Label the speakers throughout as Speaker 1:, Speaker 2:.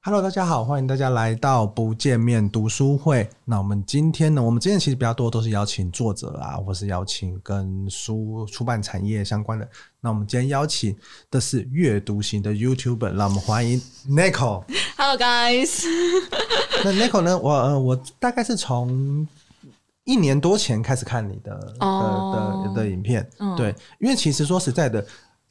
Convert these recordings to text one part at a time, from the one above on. Speaker 1: Hello，大家好，欢迎大家来到不见面读书会。那我们今天呢，我们今天其实比较多都是邀请作者啊，或是邀请跟书出版产业相关的。那我们今天邀请的是阅读型的 YouTuber，让我们欢迎 Nico。
Speaker 2: Hello guys，
Speaker 1: 那 Nico 呢，我呃我大概是从一年多前开始看你的、
Speaker 2: 哦
Speaker 1: 的的的影片，
Speaker 2: 嗯
Speaker 1: 对，因为其实说实在的，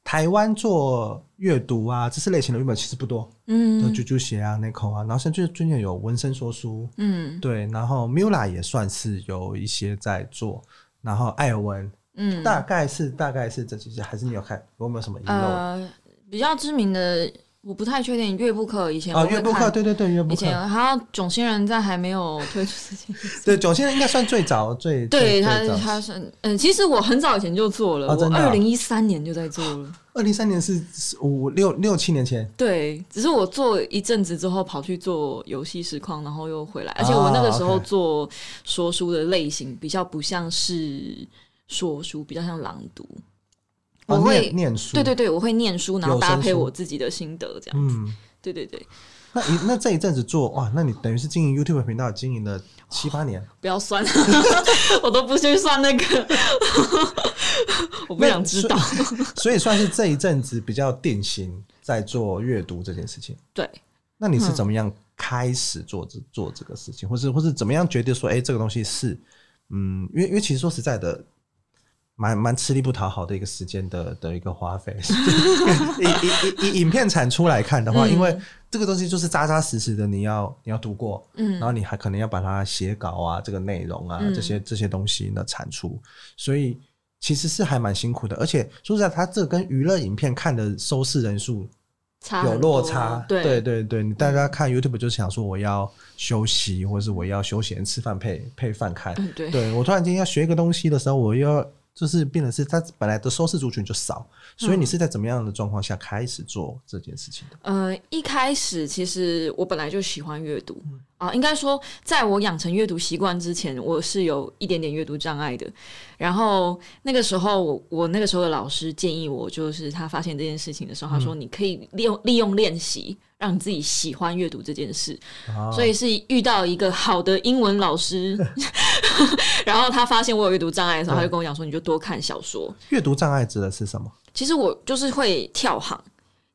Speaker 1: 台湾做阅读啊知识类型的 YouTuber 其实不多。就
Speaker 2: 嗯
Speaker 1: 啾啾鞋啊、Nico 啊，然后甚至最近有闻声说书，
Speaker 2: 嗯
Speaker 1: 对，然后 Mula 也算是有一些在做，然后艾尔文、
Speaker 2: 嗯，
Speaker 1: 大概是大概是这几些，还是你有看有没有什么遗漏？啊，
Speaker 2: 呃，比较知名的我不太确定，乐部课以前我会
Speaker 1: 阅
Speaker 2: 看
Speaker 1: 啊布克，对对对，阅布
Speaker 2: 以
Speaker 1: 克，
Speaker 2: 前还有囧星人在还没有推出之前，
Speaker 1: 对，九现在应该算最早最
Speaker 2: 对
Speaker 1: 最
Speaker 2: 他
Speaker 1: 最早，
Speaker 2: 他是嗯，其实我很早以前就做了，
Speaker 1: 哦真
Speaker 2: 我
Speaker 1: 的啊
Speaker 2: 二零一三年就在做了，
Speaker 1: 二零三年是是五六六七年前，
Speaker 2: 对，只是我做一阵子之后跑去做游戏实况，然后又回来，而且我那个时候
Speaker 1: 啊 OK
Speaker 2: 做说书的类型比较不像是说书，比较像朗读，
Speaker 1: 哦
Speaker 2: 我会
Speaker 1: 念念书，
Speaker 2: 对对，对，我会念书，然后
Speaker 1: 有声
Speaker 2: 搭配
Speaker 1: 书
Speaker 2: 我自己的心得，这样。
Speaker 1: 嗯。
Speaker 2: 对对对，
Speaker 1: 那你那这一阵子做哇，那你等于是经营 YouTube 频道经营了七八年，
Speaker 2: 不要算， 我都不去算那个， 我不想知道。
Speaker 1: 所以算是这一阵子比较定型在做阅读这件事情。
Speaker 2: 对，
Speaker 1: 那
Speaker 2: 嗯
Speaker 1: 你是怎么样开始做这做这个事情，或是或是怎么样决定说，哎、这个东西是，嗯，因为因为其实说实在的，蛮蛮吃力不讨好的一个时间的的一个花费。 以以以以影片产出来看的话，
Speaker 2: 嗯
Speaker 1: 因为这个东西就是扎扎实实的，你要你要读过，然
Speaker 2: 嗯
Speaker 1: 后你还可能要把它写稿啊，这个内容啊，
Speaker 2: 嗯
Speaker 1: 这些这些东西的产出，所以其实是还蛮辛苦的。而且说实在，它这个跟娱乐影片看的收视人数
Speaker 2: 差
Speaker 1: 有
Speaker 2: 很
Speaker 1: 落
Speaker 2: 多
Speaker 1: 差，
Speaker 2: 对
Speaker 1: 对对对你大家看 YouTube 就想说我要休息，或是我要休闲吃饭配配饭看。
Speaker 2: 嗯对
Speaker 1: 对我突然间要学一个东西的时候，我又要就是变得是它本来的收视族群就少，所
Speaker 2: 嗯
Speaker 1: 以你是在怎么样的状况下开始做这件事情的？
Speaker 2: 呃，一开始其实我本来就喜欢阅读啊、应该说，在我养成阅读习惯之前，我是有一点点阅读障碍的。然后那个时候我，我那个时候的老师建议我，就是他发现这件事情的时候，他说你可以利用利用练习，让你自己喜欢阅读这件事。
Speaker 1: 啊
Speaker 2: 所以是遇到一个好的英文老师， 然后他发现我有阅读障碍的时候，他就跟我讲说，你就多看小说。
Speaker 1: 阅读障碍指的是什么？
Speaker 2: 其实我就是会跳行。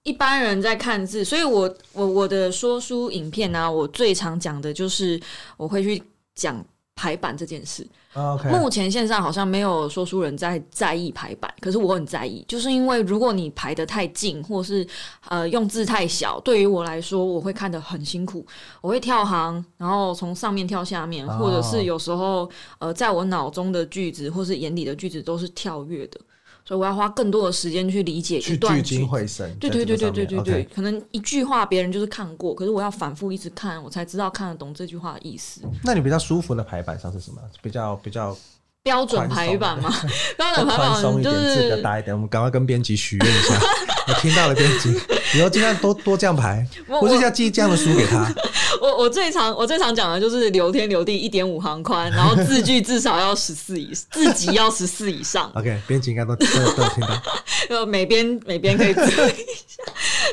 Speaker 2: 一般人在看字，所以我我我的说书影片呢、我最常讲的就是我会去讲排版这件事。
Speaker 1: 啊 OK，
Speaker 2: 目前线上好像没有说书人在在意排版，可是我很在意，就是因为如果你排得太近，或是呃用字太小，对于我来说，我会看得很辛苦，我会跳行，然后从上面跳下面，
Speaker 1: 哦
Speaker 2: 或者是有时候呃在我脑中的句子或是眼里的句子都是跳跃的，所以我要花更多的时间去理解一
Speaker 1: 去
Speaker 2: 段
Speaker 1: 聚
Speaker 2: 句
Speaker 1: 精
Speaker 2: 子。
Speaker 1: 会神在
Speaker 2: 对
Speaker 1: 这
Speaker 2: 对
Speaker 1: 个
Speaker 2: 对对
Speaker 1: 上面。
Speaker 2: 对对
Speaker 1: OK
Speaker 2: 对，可能一句话别人就是看过，可是我要反复一直看，我才知道看得懂这句话的意思。
Speaker 1: 那你比较舒服的排版上是什么？比较比较
Speaker 2: 标准排版嘛， 标准排
Speaker 1: 宽松
Speaker 2: 版
Speaker 1: 一
Speaker 2: 就
Speaker 1: 点，字比较
Speaker 2: 是
Speaker 1: 大一点。我们赶快跟编辑许愿一 下，我听到了编辑，以后尽量多多这样排，
Speaker 2: 我
Speaker 1: 或是要寄这样的书给他。
Speaker 2: 我我最常我最常讲的就是留天留地一点五行宽，然后字距至少要十四以， 字级要十四以上，
Speaker 1: OK，编辑应该都都都有听 到。
Speaker 2: 呃，每边每边可以注意一下。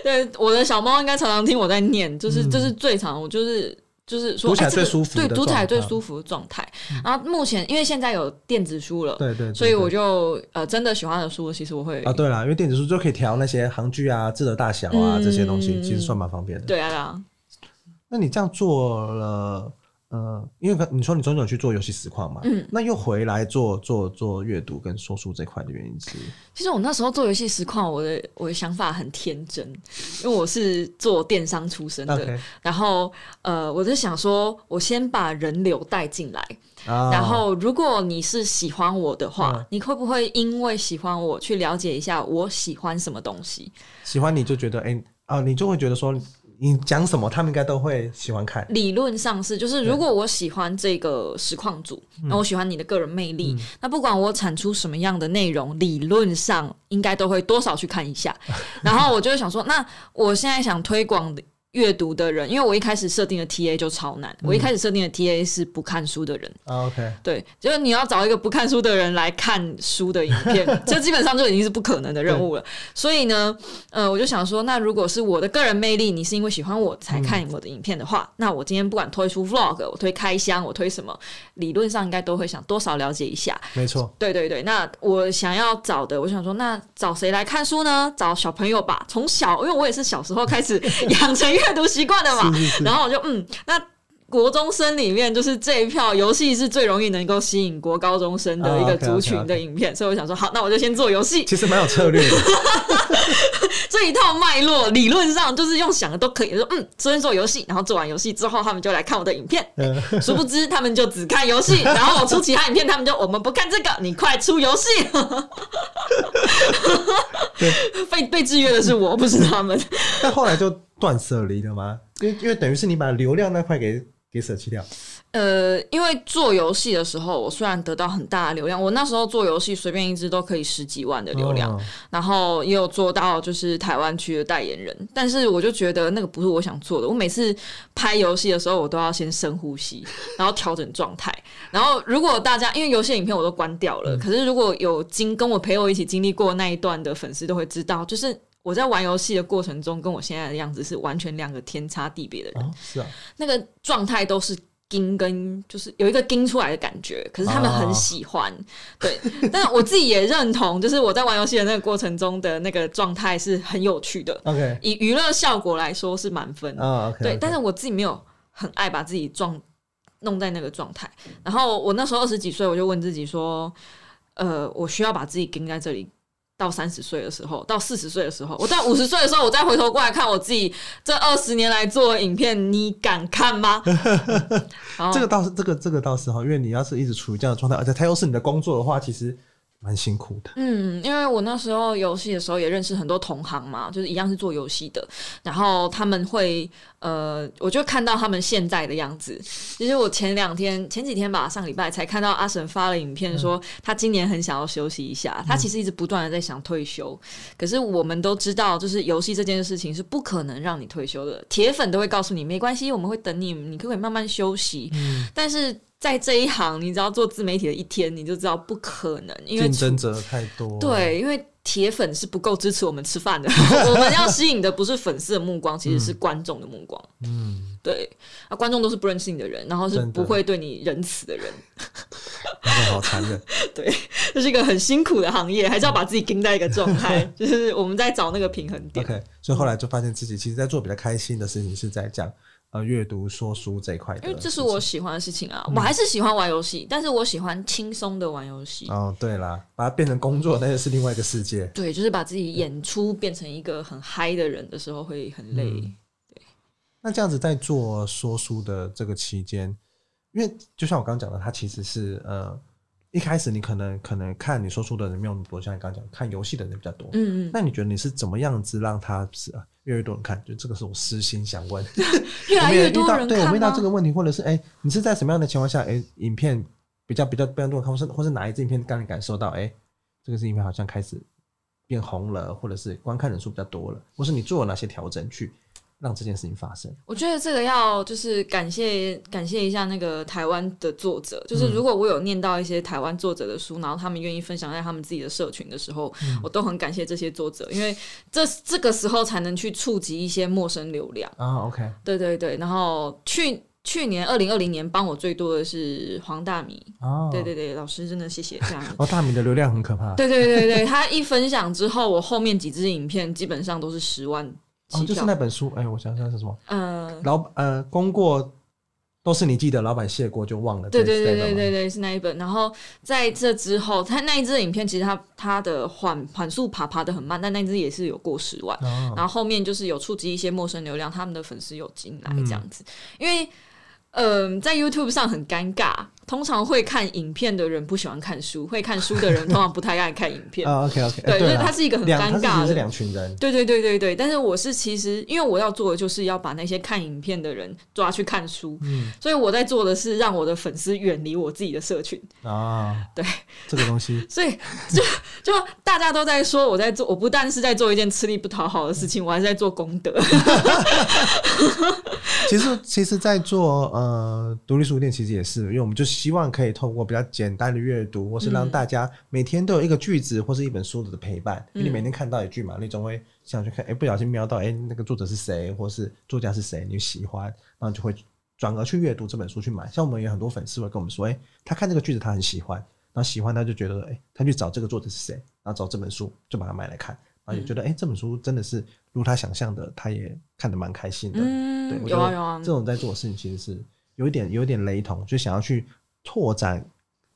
Speaker 2: 对，我的小猫应该常常听我在念，就是这、是最常我就是。就是
Speaker 1: 嗯
Speaker 2: 说，
Speaker 1: 读起来
Speaker 2: 哎这个
Speaker 1: 最舒服的
Speaker 2: 对，读起来
Speaker 1: 状态嗯
Speaker 2: 最舒服的状态。然后目前，因为现在有电子书了，
Speaker 1: 对对对
Speaker 2: 所以我就呃，真的喜欢的书，其实我会
Speaker 1: 啊，对了，因为电子书就可以调那些行距啊、字的大小啊
Speaker 2: 嗯
Speaker 1: 这些东西，其实算蛮方便的。
Speaker 2: 对啊，对啊，
Speaker 1: 那你这样做了，呃，因为你说你中间有去做游戏实况嘛，
Speaker 2: 嗯
Speaker 1: 那又回来做做做阅读跟说书这块的原因是，
Speaker 2: 其实我那时候做游戏实况，我的我的想法很天真，因为我是做电商出身的
Speaker 1: OK
Speaker 2: 然后呃，我就想说，我先把人流带进来，
Speaker 1: 啊
Speaker 2: 然后如果你是喜欢我的话，
Speaker 1: 嗯
Speaker 2: 你会不会因为喜欢我去了解一下我喜欢什么东西？
Speaker 1: 喜欢你就觉得，哎、啊，你就会觉得说，你讲什么他们应该都会喜欢看。
Speaker 2: 理论上是，就是如果我喜欢这个实况组，那我喜欢你的个人魅力，那不管我产出什么样的内容，理论上应该都会多少去看一下。然后我就会想说，那我现在想推广阅读的人，因为我一开始设定的 TA 就超难，我一开始设定的 TA 是不看书的人，
Speaker 1: 啊 OK，
Speaker 2: 对，就是你要找一个不看书的人来看书的影片，这基本上就已经是不可能的任务了。所以呢，呃，我就想说，那如果是我的个人魅力，你是因为喜欢我才看我的影片的话，那我今天不管推出 vlog，我推开箱，我推什么，理论上应该都会想多少了解一下。
Speaker 1: 没错，
Speaker 2: 对对对，那我想要找的，我想说，那找谁来看书呢？找小朋友吧，从小，因为我也是小时候开始养成阅读习惯的嘛。
Speaker 1: 是是是
Speaker 2: 然后我就嗯，那国中生里面就是这一票游戏是最容易能够吸引国高中生的一
Speaker 1: 啊
Speaker 2: 个
Speaker 1: ，OK，OK，OK
Speaker 2: 族群的影片，所以我想说，好，那我就先做游戏。
Speaker 1: 其实蛮有策 略的。
Speaker 2: 这一套脉络理论上就是用想的都可以，就说嗯，昨天做游戏，然后做完游戏之后，他们就来看我的影片。
Speaker 1: 嗯
Speaker 2: 殊不知他们就只看游戏，然后我出其他影片，他们就我们不看这个，你快出游戏。 被被制约的是我，不是他们。
Speaker 1: 但后来就断舍离了吗？因为因为等于是你把流量那块给给舍弃掉。
Speaker 2: 呃，因为做游戏的时候，我虽然得到很大的流量，我那时候做游戏随便一支都可以十几万的流量，
Speaker 1: 哦
Speaker 2: 然后也有做到就是台湾区的代言人，但是我就觉得那个不是我想做的。我每次拍游戏的时候，我都要先深呼吸，然后调整状态。然后如果大家因为游戏影片我都关掉了，可是如果有经跟我陪我一起经历过那一段的粉丝都会知道，就是。我在玩游戏的过程中，跟我现在的样子是完全两个天差地别的人，
Speaker 1: 哦，是啊，
Speaker 2: 那个状态都是盯跟就是有一个盯出来的感觉，可是他们很喜欢，对。但我自己也认同，就是我在玩游戏的那个过程中的那个状态是很有趣的，
Speaker 1: OK，
Speaker 2: 以娱乐效果来说是满分的。
Speaker 1: 啊 OK，
Speaker 2: 对，但是我自己没有很爱把自己状弄在那个状态。然后我那时候二十几岁，我就问自己说，呃，我需要把自己盯在这里。到三十岁的时候，到四十岁的时候，我到五十岁的时候，我再回头过来看我自己这二十年来做的影片，你敢看吗？然后
Speaker 1: 这个倒是这个这个倒是哈，因为你要是一直处于这样的状态，而且它又是你的工作的话，其实蛮辛苦的。
Speaker 2: 嗯，因为我那时候游戏的时候也认识很多同行嘛，就是一样是做游戏的，然后他们会呃，我就看到他们现在的样子。其实我前两天、前几天吧，上礼拜才看到阿神发了影片
Speaker 1: 嗯
Speaker 2: 说，他今年很想要休息一下，他其实一直不断的在想退休，可是我们都知道，就是游戏这件事情是不可能让你退休的，铁粉都会告诉你没关系，我们会等你，你可不可以慢慢休息？
Speaker 1: 嗯
Speaker 2: 但是在这一行，你只要做自媒体的一天，你就知道不可能，因为
Speaker 1: 竞争者太多，，
Speaker 2: 对，因为铁粉是不够支持我们吃 饭的，我们要吸引的不是粉丝的目光，其实是观众的目光。
Speaker 1: 嗯，
Speaker 2: 对，啊，观众都是不认识你的人，然后是
Speaker 1: 真的
Speaker 2: 不会对你仁慈的人，
Speaker 1: 那个好残忍。
Speaker 2: 这是一个很辛苦的行业，还是要把自己盯在一个状 态，就是我们在找那个平衡点。
Speaker 1: OK，所以后来就发现自己其实，在做比较开心的事情，是在讲呃阅读、说书这一块的事
Speaker 2: 因
Speaker 1: 情。
Speaker 2: 为这是我喜欢的事情啊，
Speaker 1: 嗯
Speaker 2: 我还是喜欢玩游戏，但是我喜欢轻松的玩游戏。
Speaker 1: 哦，对啦，把它变成工作，那就是另外一个世界。
Speaker 2: 对，就是把自己演出变成一个很嗨的人的时候，会很累。
Speaker 1: 嗯那这样子在做说书的这个期间，因为就像我刚刚讲的，它其实是呃一开始你可能可能看你说书的人没有那么多，像你刚刚讲看游戏的人比较多。
Speaker 2: 嗯嗯，
Speaker 1: 那你觉得你是怎么样子让他是啊越来越多人看？就这个是我私心想问，
Speaker 2: 越
Speaker 1: 我
Speaker 2: 来
Speaker 1: 们也
Speaker 2: 越
Speaker 1: 遇
Speaker 2: 多
Speaker 1: 到
Speaker 2: 人
Speaker 1: 对我们
Speaker 2: 看啊
Speaker 1: 遇到
Speaker 2: 吗
Speaker 1: 这？个问题，或者是哎、你是在什么样的情况下，哎、影片比较比较被多人看，或是或是哪一支影片让你感受到，哎、这个支影片好像开始变红了，或者是观看人数比较多了，或是你做了哪些调整去让这件事情发生？
Speaker 2: 我觉得这个要就是感谢感谢一下那个台湾的作者，就是
Speaker 1: 嗯
Speaker 2: 如果我有念到一些台湾作者的书，然后他们愿意分享在他们自己的社群的时候，
Speaker 1: 嗯
Speaker 2: 我都很感谢这些作者，因为这这个时候才能去触及一些陌生流量。
Speaker 1: 啊，OK，
Speaker 2: 对对对，然后去去年二零二零年帮我最多的是黄大米，
Speaker 1: 哦，
Speaker 2: 对对对，老师真的谢谢这样。
Speaker 1: 哦，大米的流量很可怕，
Speaker 2: 对对对对，他一分享之后，我后面几支影片基本上都是十万
Speaker 1: 哦，
Speaker 2: 起
Speaker 1: 就是
Speaker 2: 跳。
Speaker 1: 那本书，哎、我想想是什么，
Speaker 2: 嗯、
Speaker 1: 老呃，功过都是你记得，老板谢过就忘了，
Speaker 2: 对
Speaker 1: 这一
Speaker 2: 对对
Speaker 1: 类的
Speaker 2: 对
Speaker 1: 吗
Speaker 2: 对对，是那一本。然后在这之后，他那一支影片其实他他的缓缓速爬爬的很慢，但那一支也是有过十万。
Speaker 1: 哦，
Speaker 2: 然后后面就是有触及一些陌生流量，他们的粉丝有进来这样子，因为。嗯、在 YouTube 呃上很尴尬，通常会看影片的人不喜欢看书，会看书的人通常不太爱看影 片。
Speaker 1: 啊，OK OK，
Speaker 2: 对，所以它是一个很
Speaker 1: 两，它
Speaker 2: 尴
Speaker 1: 是其
Speaker 2: 尬
Speaker 1: 实是
Speaker 2: 的。
Speaker 1: 两群人，
Speaker 2: 对对对对对，但是我是其实，因为我要做的就是要把那些看影片的人抓去看书，
Speaker 1: 嗯
Speaker 2: 所以我在做的是让我的粉丝远离我自己的社群。
Speaker 1: 啊，
Speaker 2: 对，
Speaker 1: 这个东西，
Speaker 2: 所以就就大家都在说我在做，我不但是在做一件吃力不讨好的事情，我还是在做功德。
Speaker 1: 其实 其实，在做呃独立书店，其实也是，因为我们就希望可以透过比较简单的阅读，或是让大家每天都有一个句子或是一本书的陪伴，因为你每天看到一句嘛，你总会想去看，哎、不小心瞄到，哎、那个作者是谁，或是作家是谁，你喜欢，然后就会转而去阅读这本书去买。像我们有很多粉丝会跟我们说，哎、他看这个句子他很喜欢，然后喜欢他就觉得，哎、他去找这个作者是谁，然后找这本书就把它买来看。然后也觉得，哎、这本书真的是如他想象的，他也看得蛮开心的。对
Speaker 2: 嗯，
Speaker 1: 我
Speaker 2: 有
Speaker 1: 觉
Speaker 2: 啊
Speaker 1: 得
Speaker 2: 有啊
Speaker 1: 这，种在做的事情其实是有一点有一点雷同，就想要去拓展，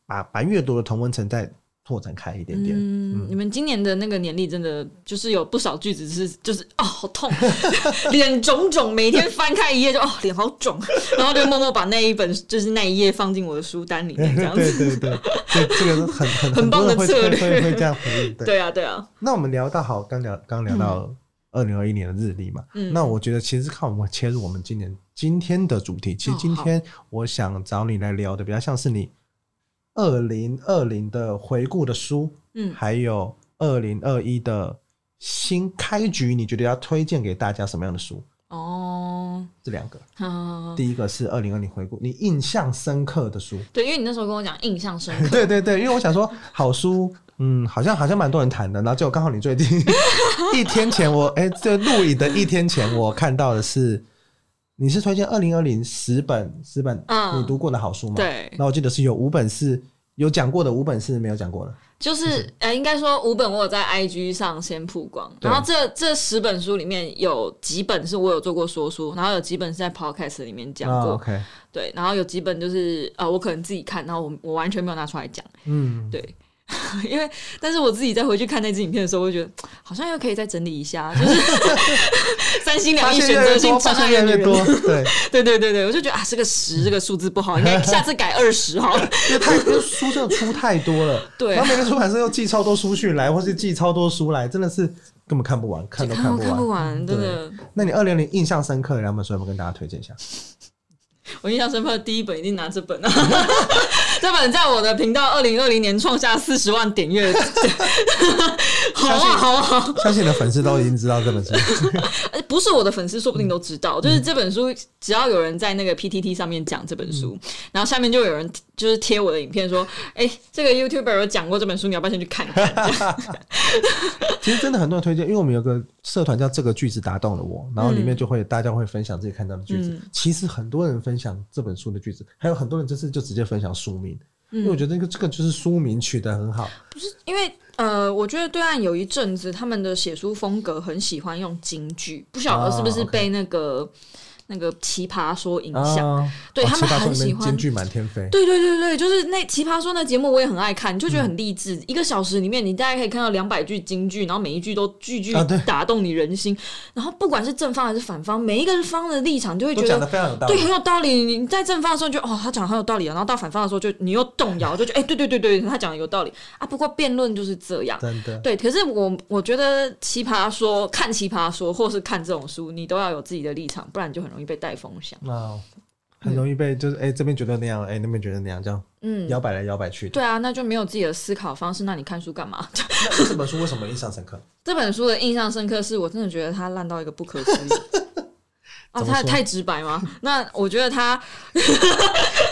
Speaker 1: 把把阅读的同温层再拓展开一点点。
Speaker 2: 嗯，你们今年的那个年历真的就是有不少句子是就是哦好痛， 脸肿肿，每天翻开一页就哦脸好肿，然后就默默把那一本就是那一页放进我的书单里面这样
Speaker 1: 对
Speaker 2: 子。
Speaker 1: 对对，这这个是很很
Speaker 2: 很棒
Speaker 1: 多人
Speaker 2: 的
Speaker 1: 会
Speaker 2: 策
Speaker 1: 会会
Speaker 2: 略
Speaker 1: 会这样回应。对，
Speaker 2: 对啊对啊，
Speaker 1: 那我们聊到好，刚聊刚聊到二零二一年的日历嘛，
Speaker 2: 嗯
Speaker 1: 那我觉得其实看我们切入我们今年今天的主题，其实
Speaker 2: 哦
Speaker 1: 今天我想找你来聊的比较像是你二零二零的回顾的书，
Speaker 2: 嗯
Speaker 1: 还有二零二一的新开局，你觉得要推荐给大家什么样的书？
Speaker 2: 哦，
Speaker 1: 这两个，
Speaker 2: 嗯，
Speaker 1: 第一个是二零二零回顾，你印象深刻的书。
Speaker 2: 对，因为你那时候跟我讲印象深 刻，
Speaker 1: 对对对，因为我想说好书，嗯，好像好像蛮多人谈的，然后结果刚好你最近 一天前我哎，这、录影的一天前我看到的是，你是推荐二零二零十本十本
Speaker 2: 嗯
Speaker 1: 你读过的好书吗？
Speaker 2: 对
Speaker 1: 那我记得是有五本是有讲过的，五本是没有讲过的。
Speaker 2: 就是呃，应该说五本我有在 IG 上先曝光，
Speaker 1: 对
Speaker 2: 然后这这十本书里面有几本是我有做过说书，然后有几本是在 Podcast 里面讲
Speaker 1: 啊
Speaker 2: 过，
Speaker 1: OK，
Speaker 2: 对，然后有几本就是呃我可能自己看，然后我我完全没有拿出来讲，
Speaker 1: 嗯，
Speaker 2: 对。因为，但是我自己再回去看那支影片的时候，我会觉得好像又可以再整理一 下，就是三心
Speaker 1: 嗯发
Speaker 2: 两意、
Speaker 1: 现
Speaker 2: 选
Speaker 1: 越来
Speaker 2: 择
Speaker 1: 越
Speaker 2: 性
Speaker 1: 多，
Speaker 2: 障
Speaker 1: 发
Speaker 2: 碍
Speaker 1: 现越来
Speaker 2: 的女
Speaker 1: 越多
Speaker 2: 人。，
Speaker 1: 对，
Speaker 2: 对对对对，我就觉得啊，这个十这个数字不好，应该下次改二十好了。
Speaker 1: 因为太因为书真的出太多了，
Speaker 2: 对
Speaker 1: 然后每个出版社又寄超多书讯来，或是寄超多书来，真的是根本看不完，看都看
Speaker 2: 哎看
Speaker 1: 不
Speaker 2: 看
Speaker 1: 完嗯
Speaker 2: 不。完，真的。
Speaker 1: 那你二零零印象深刻的两本书，有没有跟大家推荐一下？
Speaker 2: 我印象深刻的第一本一定拿这本啊， 这本在我的频道二零二零年创下四十万点阅， 好啊好啊好啊，
Speaker 1: 相信你的粉丝都已经知道这本 书。
Speaker 2: 呃不是我的粉丝说不定都知道，就是这本书只要有人在那个 PTT 上面讲这本书，
Speaker 1: 嗯
Speaker 2: 然后下面就有人就是贴我的影片说，哎、这个 YouTuber 有讲过这本书，你要不要先去 看看？
Speaker 1: 其实真的很多人推荐，因为我们有个社团叫“这个句子打动了我”，然后里面就会、大家会分享自己看到的句子。
Speaker 2: 嗯
Speaker 1: 其实很多人分享这本书的句子，还有很多人就是就直接分享书名，
Speaker 2: 嗯
Speaker 1: 因为我觉得这个这个就是书名取得很好。
Speaker 2: 因为呃，我觉得对岸有一阵子他们的写书风格很喜欢用京剧，不晓得是不
Speaker 1: 啊
Speaker 2: 是
Speaker 1: ，OK
Speaker 2: 被那个、那个奇葩说影响。
Speaker 1: 啊，
Speaker 2: 对
Speaker 1: 哦
Speaker 2: 他们
Speaker 1: 奇葩说
Speaker 2: 很
Speaker 1: 里面
Speaker 2: 喜欢
Speaker 1: 兼具满天飞。
Speaker 2: 对对对对，就是那《奇葩说》那节目，我也很爱看，就觉得
Speaker 1: 嗯
Speaker 2: 很励志。一个小时里面，你大概可以看到两百句金句，然后每一句都句句
Speaker 1: 啊对
Speaker 2: 打动你人心。然后不管是正方还是反方，每一个方的立场，就会
Speaker 1: 都
Speaker 2: 觉
Speaker 1: 讲的
Speaker 2: 得。
Speaker 1: 非常有道理
Speaker 2: 对，。很有道理。你在正方的时候就哦，他讲得很有道理啊，然后到反方的时候就你又动摇，就觉得 哎、对对对对，他讲的有道理啊。不过辩论就是这样，
Speaker 1: 真的，
Speaker 2: 对。可是我我觉得奇葩说看奇葩说，或是看这种书，你都要有自己的立场，不然你就很容易被带风向。
Speaker 1: 那、很容易被就是哎、这边觉得那样，哎、那边觉得那样，这样
Speaker 2: 嗯，
Speaker 1: 摇摆来摇摆去的。
Speaker 2: 对啊，那就没有自己的思考方式，那你看书干嘛？
Speaker 1: 那这本书为什么印象深刻？
Speaker 2: 这本书的印象深刻是我真的觉得它烂到一个不可思 议。啊，
Speaker 1: 怎么
Speaker 2: 太
Speaker 1: 说
Speaker 2: 太直白吗？ 那我觉得它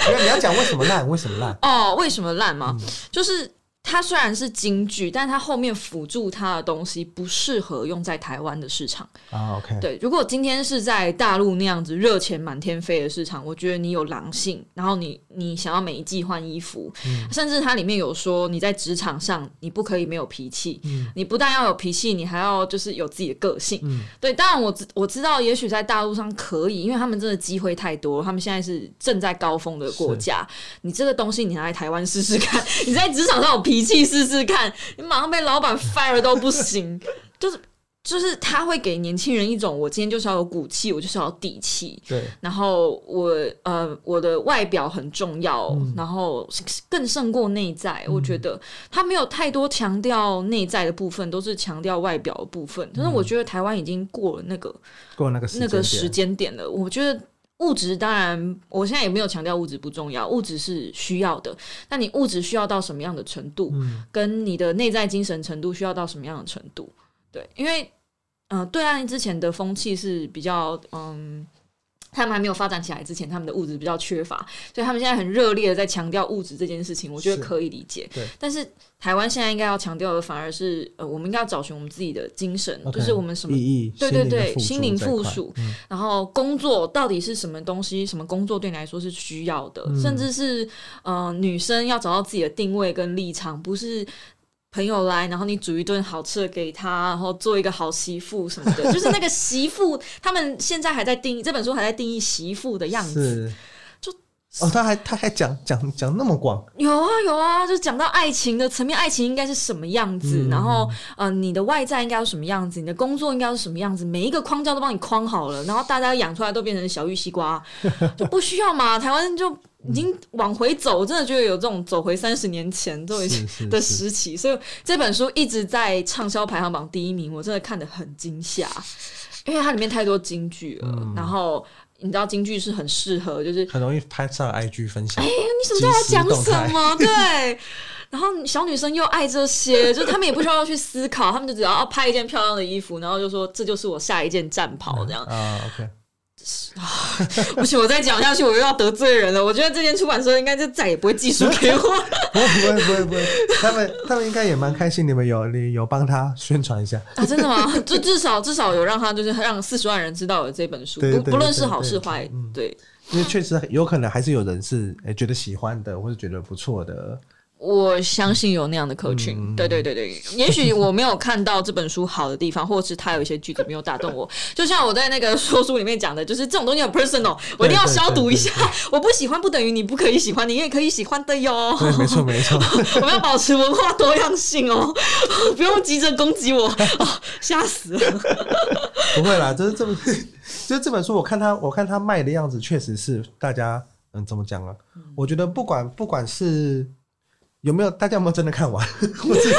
Speaker 1: 因为你要讲为什么烂，为什么烂？
Speaker 2: 哦，为什么烂吗？
Speaker 1: 嗯
Speaker 2: 就是它虽然是京剧，但它后面辅助它的东西不适合用在台湾的市场。
Speaker 1: 啊，OK，
Speaker 2: 对，如果今天是在大陆那样子热钱满天飞的市场，我觉得你有狼性，然后你你想要每一季换衣服，
Speaker 1: 嗯
Speaker 2: 甚至它里面有说你在职场上你不可以没有脾气，你不但要有脾气，你还要就是有自己的个性。
Speaker 1: 嗯
Speaker 2: 对，当然我知我知道，也许在大陆上可以，因为他们真的机会太多，他们现在是正在高峰的国家。你这个东西你拿来台湾试试看，你在职场上有脾气试试看，你马上被老板 fire 都不行，就是。就是他会给年轻人一种我今天就是要有骨气，我就是要有底气，
Speaker 3: 对，
Speaker 2: 然后我呃我的外表很重要，
Speaker 1: 嗯
Speaker 2: 然后更胜过内在。我觉得他没有太多强调内在的部分，都是强调外表的部分。但是我觉得台湾已经过了那个、
Speaker 1: 过那个嗯时
Speaker 2: 那个
Speaker 1: 间
Speaker 2: 时
Speaker 1: 点
Speaker 2: 间点了。我觉得物质当然，我现在也没有强调物质不重要，物质是需要的。那你物质需要到什么样的程度，
Speaker 1: 嗯
Speaker 2: 跟你的内在精神程度需要到什么样的程度？对，因为嗯、呃对岸之前的风气是比较嗯。他们还没有发展起来之前，他们的物质比较缺乏，所以他们现在很热烈的在强调物质这件事情，我觉得
Speaker 1: 是
Speaker 2: 可以理解
Speaker 3: 对。
Speaker 2: 但是台湾现在应该要强调的反而是，呃，我们应该要找寻我们自己的精神
Speaker 1: OK，
Speaker 2: 就是我们什么
Speaker 1: 意义，
Speaker 2: 对对对，心灵
Speaker 1: 灵
Speaker 2: 附
Speaker 1: 附
Speaker 2: 属
Speaker 1: 属这一块，嗯
Speaker 2: 然后工作到底是什么东西？什么工作对你来说是需要的？
Speaker 1: 嗯
Speaker 2: 甚至是呃，女生要找到自己的定位跟立场，不是朋友来，然后你煮一顿好吃的给他，然后做一个好媳妇什么的。就是那个媳妇，他们现在还在定义这本书还在定义媳妇的样子。
Speaker 1: 是。
Speaker 2: 就
Speaker 1: 哦，他还他还讲讲讲那么广，
Speaker 2: 有啊有啊，就讲到爱情的层面，爱情应该是什么样子？
Speaker 1: 嗯
Speaker 2: 然后呃，你的外在应该要什么样子？你的工作应该要什么样子？每一个框架都帮你框好了，然后大家养出来都变成小玉西瓜， 就不需要嘛？台湾就已经往回走，我真的觉得有这种走回三十年前都已经
Speaker 1: 是是
Speaker 2: 的
Speaker 1: 是
Speaker 2: 时期，所以这本书一直在畅销排行榜第一名，我真的看得很惊吓，因为它里面太多金句了，
Speaker 1: 嗯
Speaker 2: 然后。你知道京剧是很适合，就是
Speaker 1: 很容易拍上 IG 分享。
Speaker 2: 哎你什么知道要讲什么？对。然后小女生又爱这些，就是她们也不需要去思考，她们就只要啊拍一件漂亮的衣服，然后就说这就是我下一件战 袍这样。
Speaker 1: 啊，OK，
Speaker 2: 不行，我再讲下去我又要得罪人了。我觉得这间出版社应该就再也不会寄书 给我。
Speaker 1: 不会不会不会，他们他们应该也蛮开心，你们有你有帮他宣传一下，
Speaker 2: 啊，真的吗？ 就至少至少有让他就是让四十万人知道有这本书，
Speaker 1: 对对
Speaker 2: 不
Speaker 1: 对
Speaker 2: 不论是
Speaker 1: 对
Speaker 2: 好
Speaker 1: 对嗯
Speaker 2: 是坏，对。
Speaker 1: 因为确实有可能还是有人是诶、觉得喜欢的，或者觉得不错的，
Speaker 2: 我相信有那样的客群，
Speaker 1: 嗯
Speaker 2: 对对 对对，也许我没有看到这本书好的地方，或者是它有一些句子没有打动我。就像我在那个说书里面讲的，就是这种东西很 personal，我一定要消毒一下。我不喜欢不等于你不可以喜欢，你也可以喜欢的哟。
Speaker 1: 对，没错没错，
Speaker 2: 我们要保持文化多样性哦， 不用急着攻击我，哦吓、死了。
Speaker 1: 不会啦，就是这本，就是这本书，我看他，我看他卖的样子，确实是大家，嗯，怎么讲啊？我觉得不管不管是有没有，大家有没有真的看完， 或是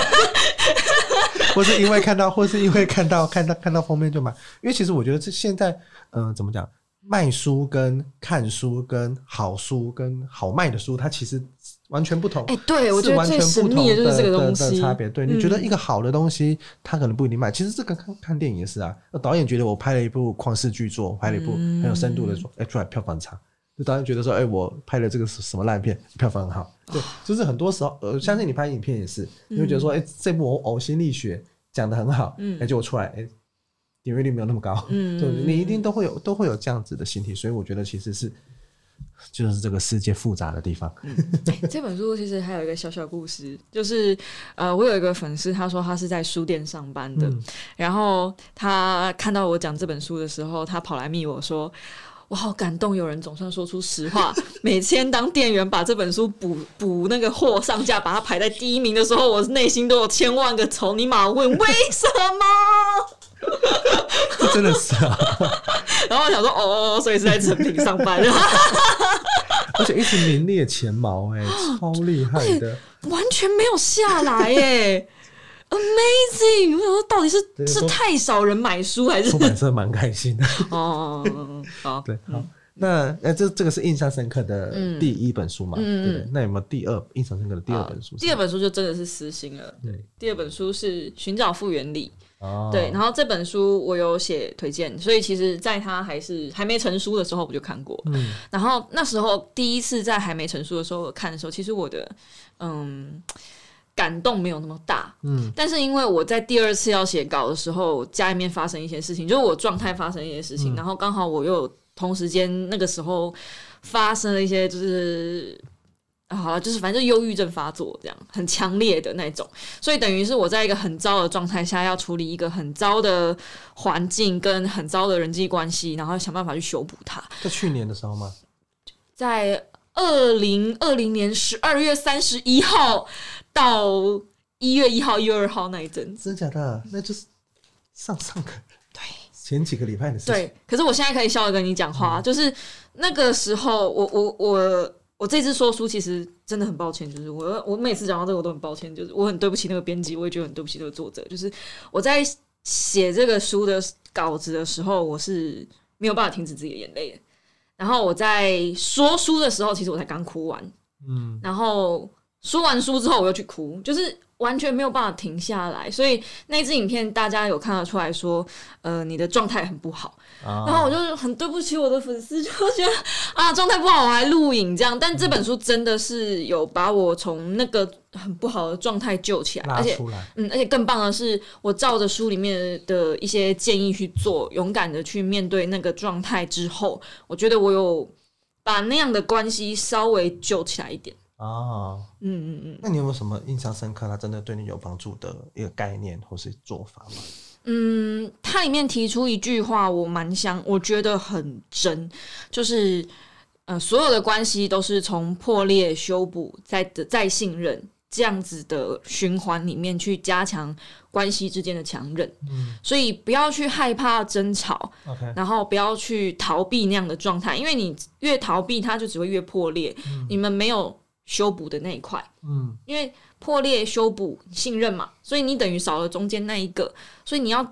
Speaker 1: 或是因为看到，或是因为看到看到看到封面就买，因为其实我觉得这现在，嗯、怎么讲？卖书跟看书跟好书跟好卖的书，它其实完全不同。
Speaker 2: 哎、对，我觉得
Speaker 1: 完全
Speaker 2: 最神
Speaker 1: 不同
Speaker 2: 秘
Speaker 1: 的
Speaker 2: 的就是这个
Speaker 1: 的
Speaker 2: 东
Speaker 1: 的
Speaker 2: 西。嗯
Speaker 1: 差别。对，你觉得一个好的东西，他可能不一定卖。其实这个看看电影也是啊，导演觉得我拍了一部旷世巨作，我拍了一部很有深度的作，
Speaker 2: 嗯
Speaker 1: 哎、出来票房差。就导演觉得说，哎、我拍了这个什么烂片，票房很好。
Speaker 2: 哦
Speaker 1: 对，就是很多时候，呃，相信你拍影片也是，
Speaker 2: 嗯
Speaker 1: 你会觉得说，哎、这部呕呕心沥血讲的很好，嗯，哎，结果出来，哎、点阅率没有那么高，
Speaker 2: 嗯
Speaker 1: 对，你一定都会有都会有这样子的心体，所以我觉得其实是就是这个世界复杂的地 方，
Speaker 2: 哎这本书其实还有一个小小故事，就是呃，我有一个粉丝，他说他是在书店上班的，然后他看到我讲这本书的时候，他跑来密我说。我好感动，有人总算说出实话。每天当店员把这本书补补那个货上架，把它排在第一名的时候，我内心都有千万个草泥马问为什么。
Speaker 1: 真的是啊。
Speaker 2: 然后我想说，哦，所以是在成品上班，
Speaker 1: 而且一直名列前茅、 哎，超厉害的。
Speaker 2: 完全没有下来耶 ，amazing！我想说到底是
Speaker 1: 对
Speaker 2: 是
Speaker 1: 说
Speaker 2: 太少人买书还是
Speaker 1: 出版社蛮开心 的，
Speaker 2: 哦？ 好，
Speaker 1: 对，好。那哎、这这个是印象深刻的第一本书嘛？
Speaker 2: 嗯嗯嗯
Speaker 1: 对不对？那有没有第二印象深刻的第二本书？
Speaker 2: 第二本书就真的是私心了。
Speaker 1: 对，
Speaker 2: 第二本书是《寻找复原力》，
Speaker 1: 哦，
Speaker 2: 对，然后这本书我有写推荐，所以其实在它还是还没成书的时候我就看过。
Speaker 1: 嗯
Speaker 2: 然后那时候第一次在还没成书的时候我看的时候，其实我的嗯感动没有那么大，
Speaker 1: 嗯
Speaker 2: 但是因为我在第二次要写稿的时候，家里面发生一些事情，就是我状态发生一些事情，然后刚好我又有同时间那个时候发生了一些就是。啊好了，就是反正就忧郁症发作这样，很强烈的那种，所以等于是我在一个很糟的状态下，要处理一个很糟的环境跟很糟的人际关系，然后想办法去修补它。
Speaker 1: 在去年的时候吗？
Speaker 2: 在二零二零年十二月三十一号到一月一号、一月二号那一阵
Speaker 1: 真
Speaker 2: 子。
Speaker 1: 的假的？那就是上上个
Speaker 2: 对
Speaker 1: 前几个礼拜的事情。
Speaker 2: 对，可是我现在可以笑着跟你讲话，就是那个时候，我我我我这次说书其实真的很抱歉，就是我我每次讲到这个我都很抱歉，就是我很对不起那个编辑，我也觉得很对不起这个作者，就是我在写这个书的稿子的时候，我是没有办法停止自己的眼泪的。然后我在说书的时候，其实我才刚哭完，
Speaker 1: 嗯，
Speaker 2: 然后说完书之后，我又去哭，就是完全没有办法停下来。所以那支影片大家有看得出来说，呃，你的状态很不好。
Speaker 1: 啊
Speaker 2: 然后我就很对不起我的粉丝，就觉得啊状态不好，我还录影这样。但这本书真的是有把我从那个很不好的状态救起来，
Speaker 1: 拉
Speaker 2: 而且
Speaker 1: 出来，
Speaker 2: 嗯，而且更棒的是，我照着书里面的一些建议去做，勇敢的去面对那个状态之后，我觉得我有把那样的关系稍微救起来一点。
Speaker 1: 哦，
Speaker 2: 嗯嗯嗯。
Speaker 1: 那你有没有什么印象深刻，它真的对你有帮助的一个概念或是做法吗？
Speaker 2: 嗯，它里面提出一句话，我蛮想，我觉得很真，就是呃，所有的关系都是从破裂、修补、再再信任这样子的循环里面去加强关系之间的强韧。
Speaker 1: 嗯
Speaker 2: 所以不要去害怕争吵，
Speaker 1: ，OK，
Speaker 2: 然后不要去逃避那样的状态，因为你越逃避，它就只会越破裂。你们没有修补的那一块。
Speaker 1: 嗯，
Speaker 2: 因为破裂、修补、信任嘛，所以你等于少了中间那一个，所以你要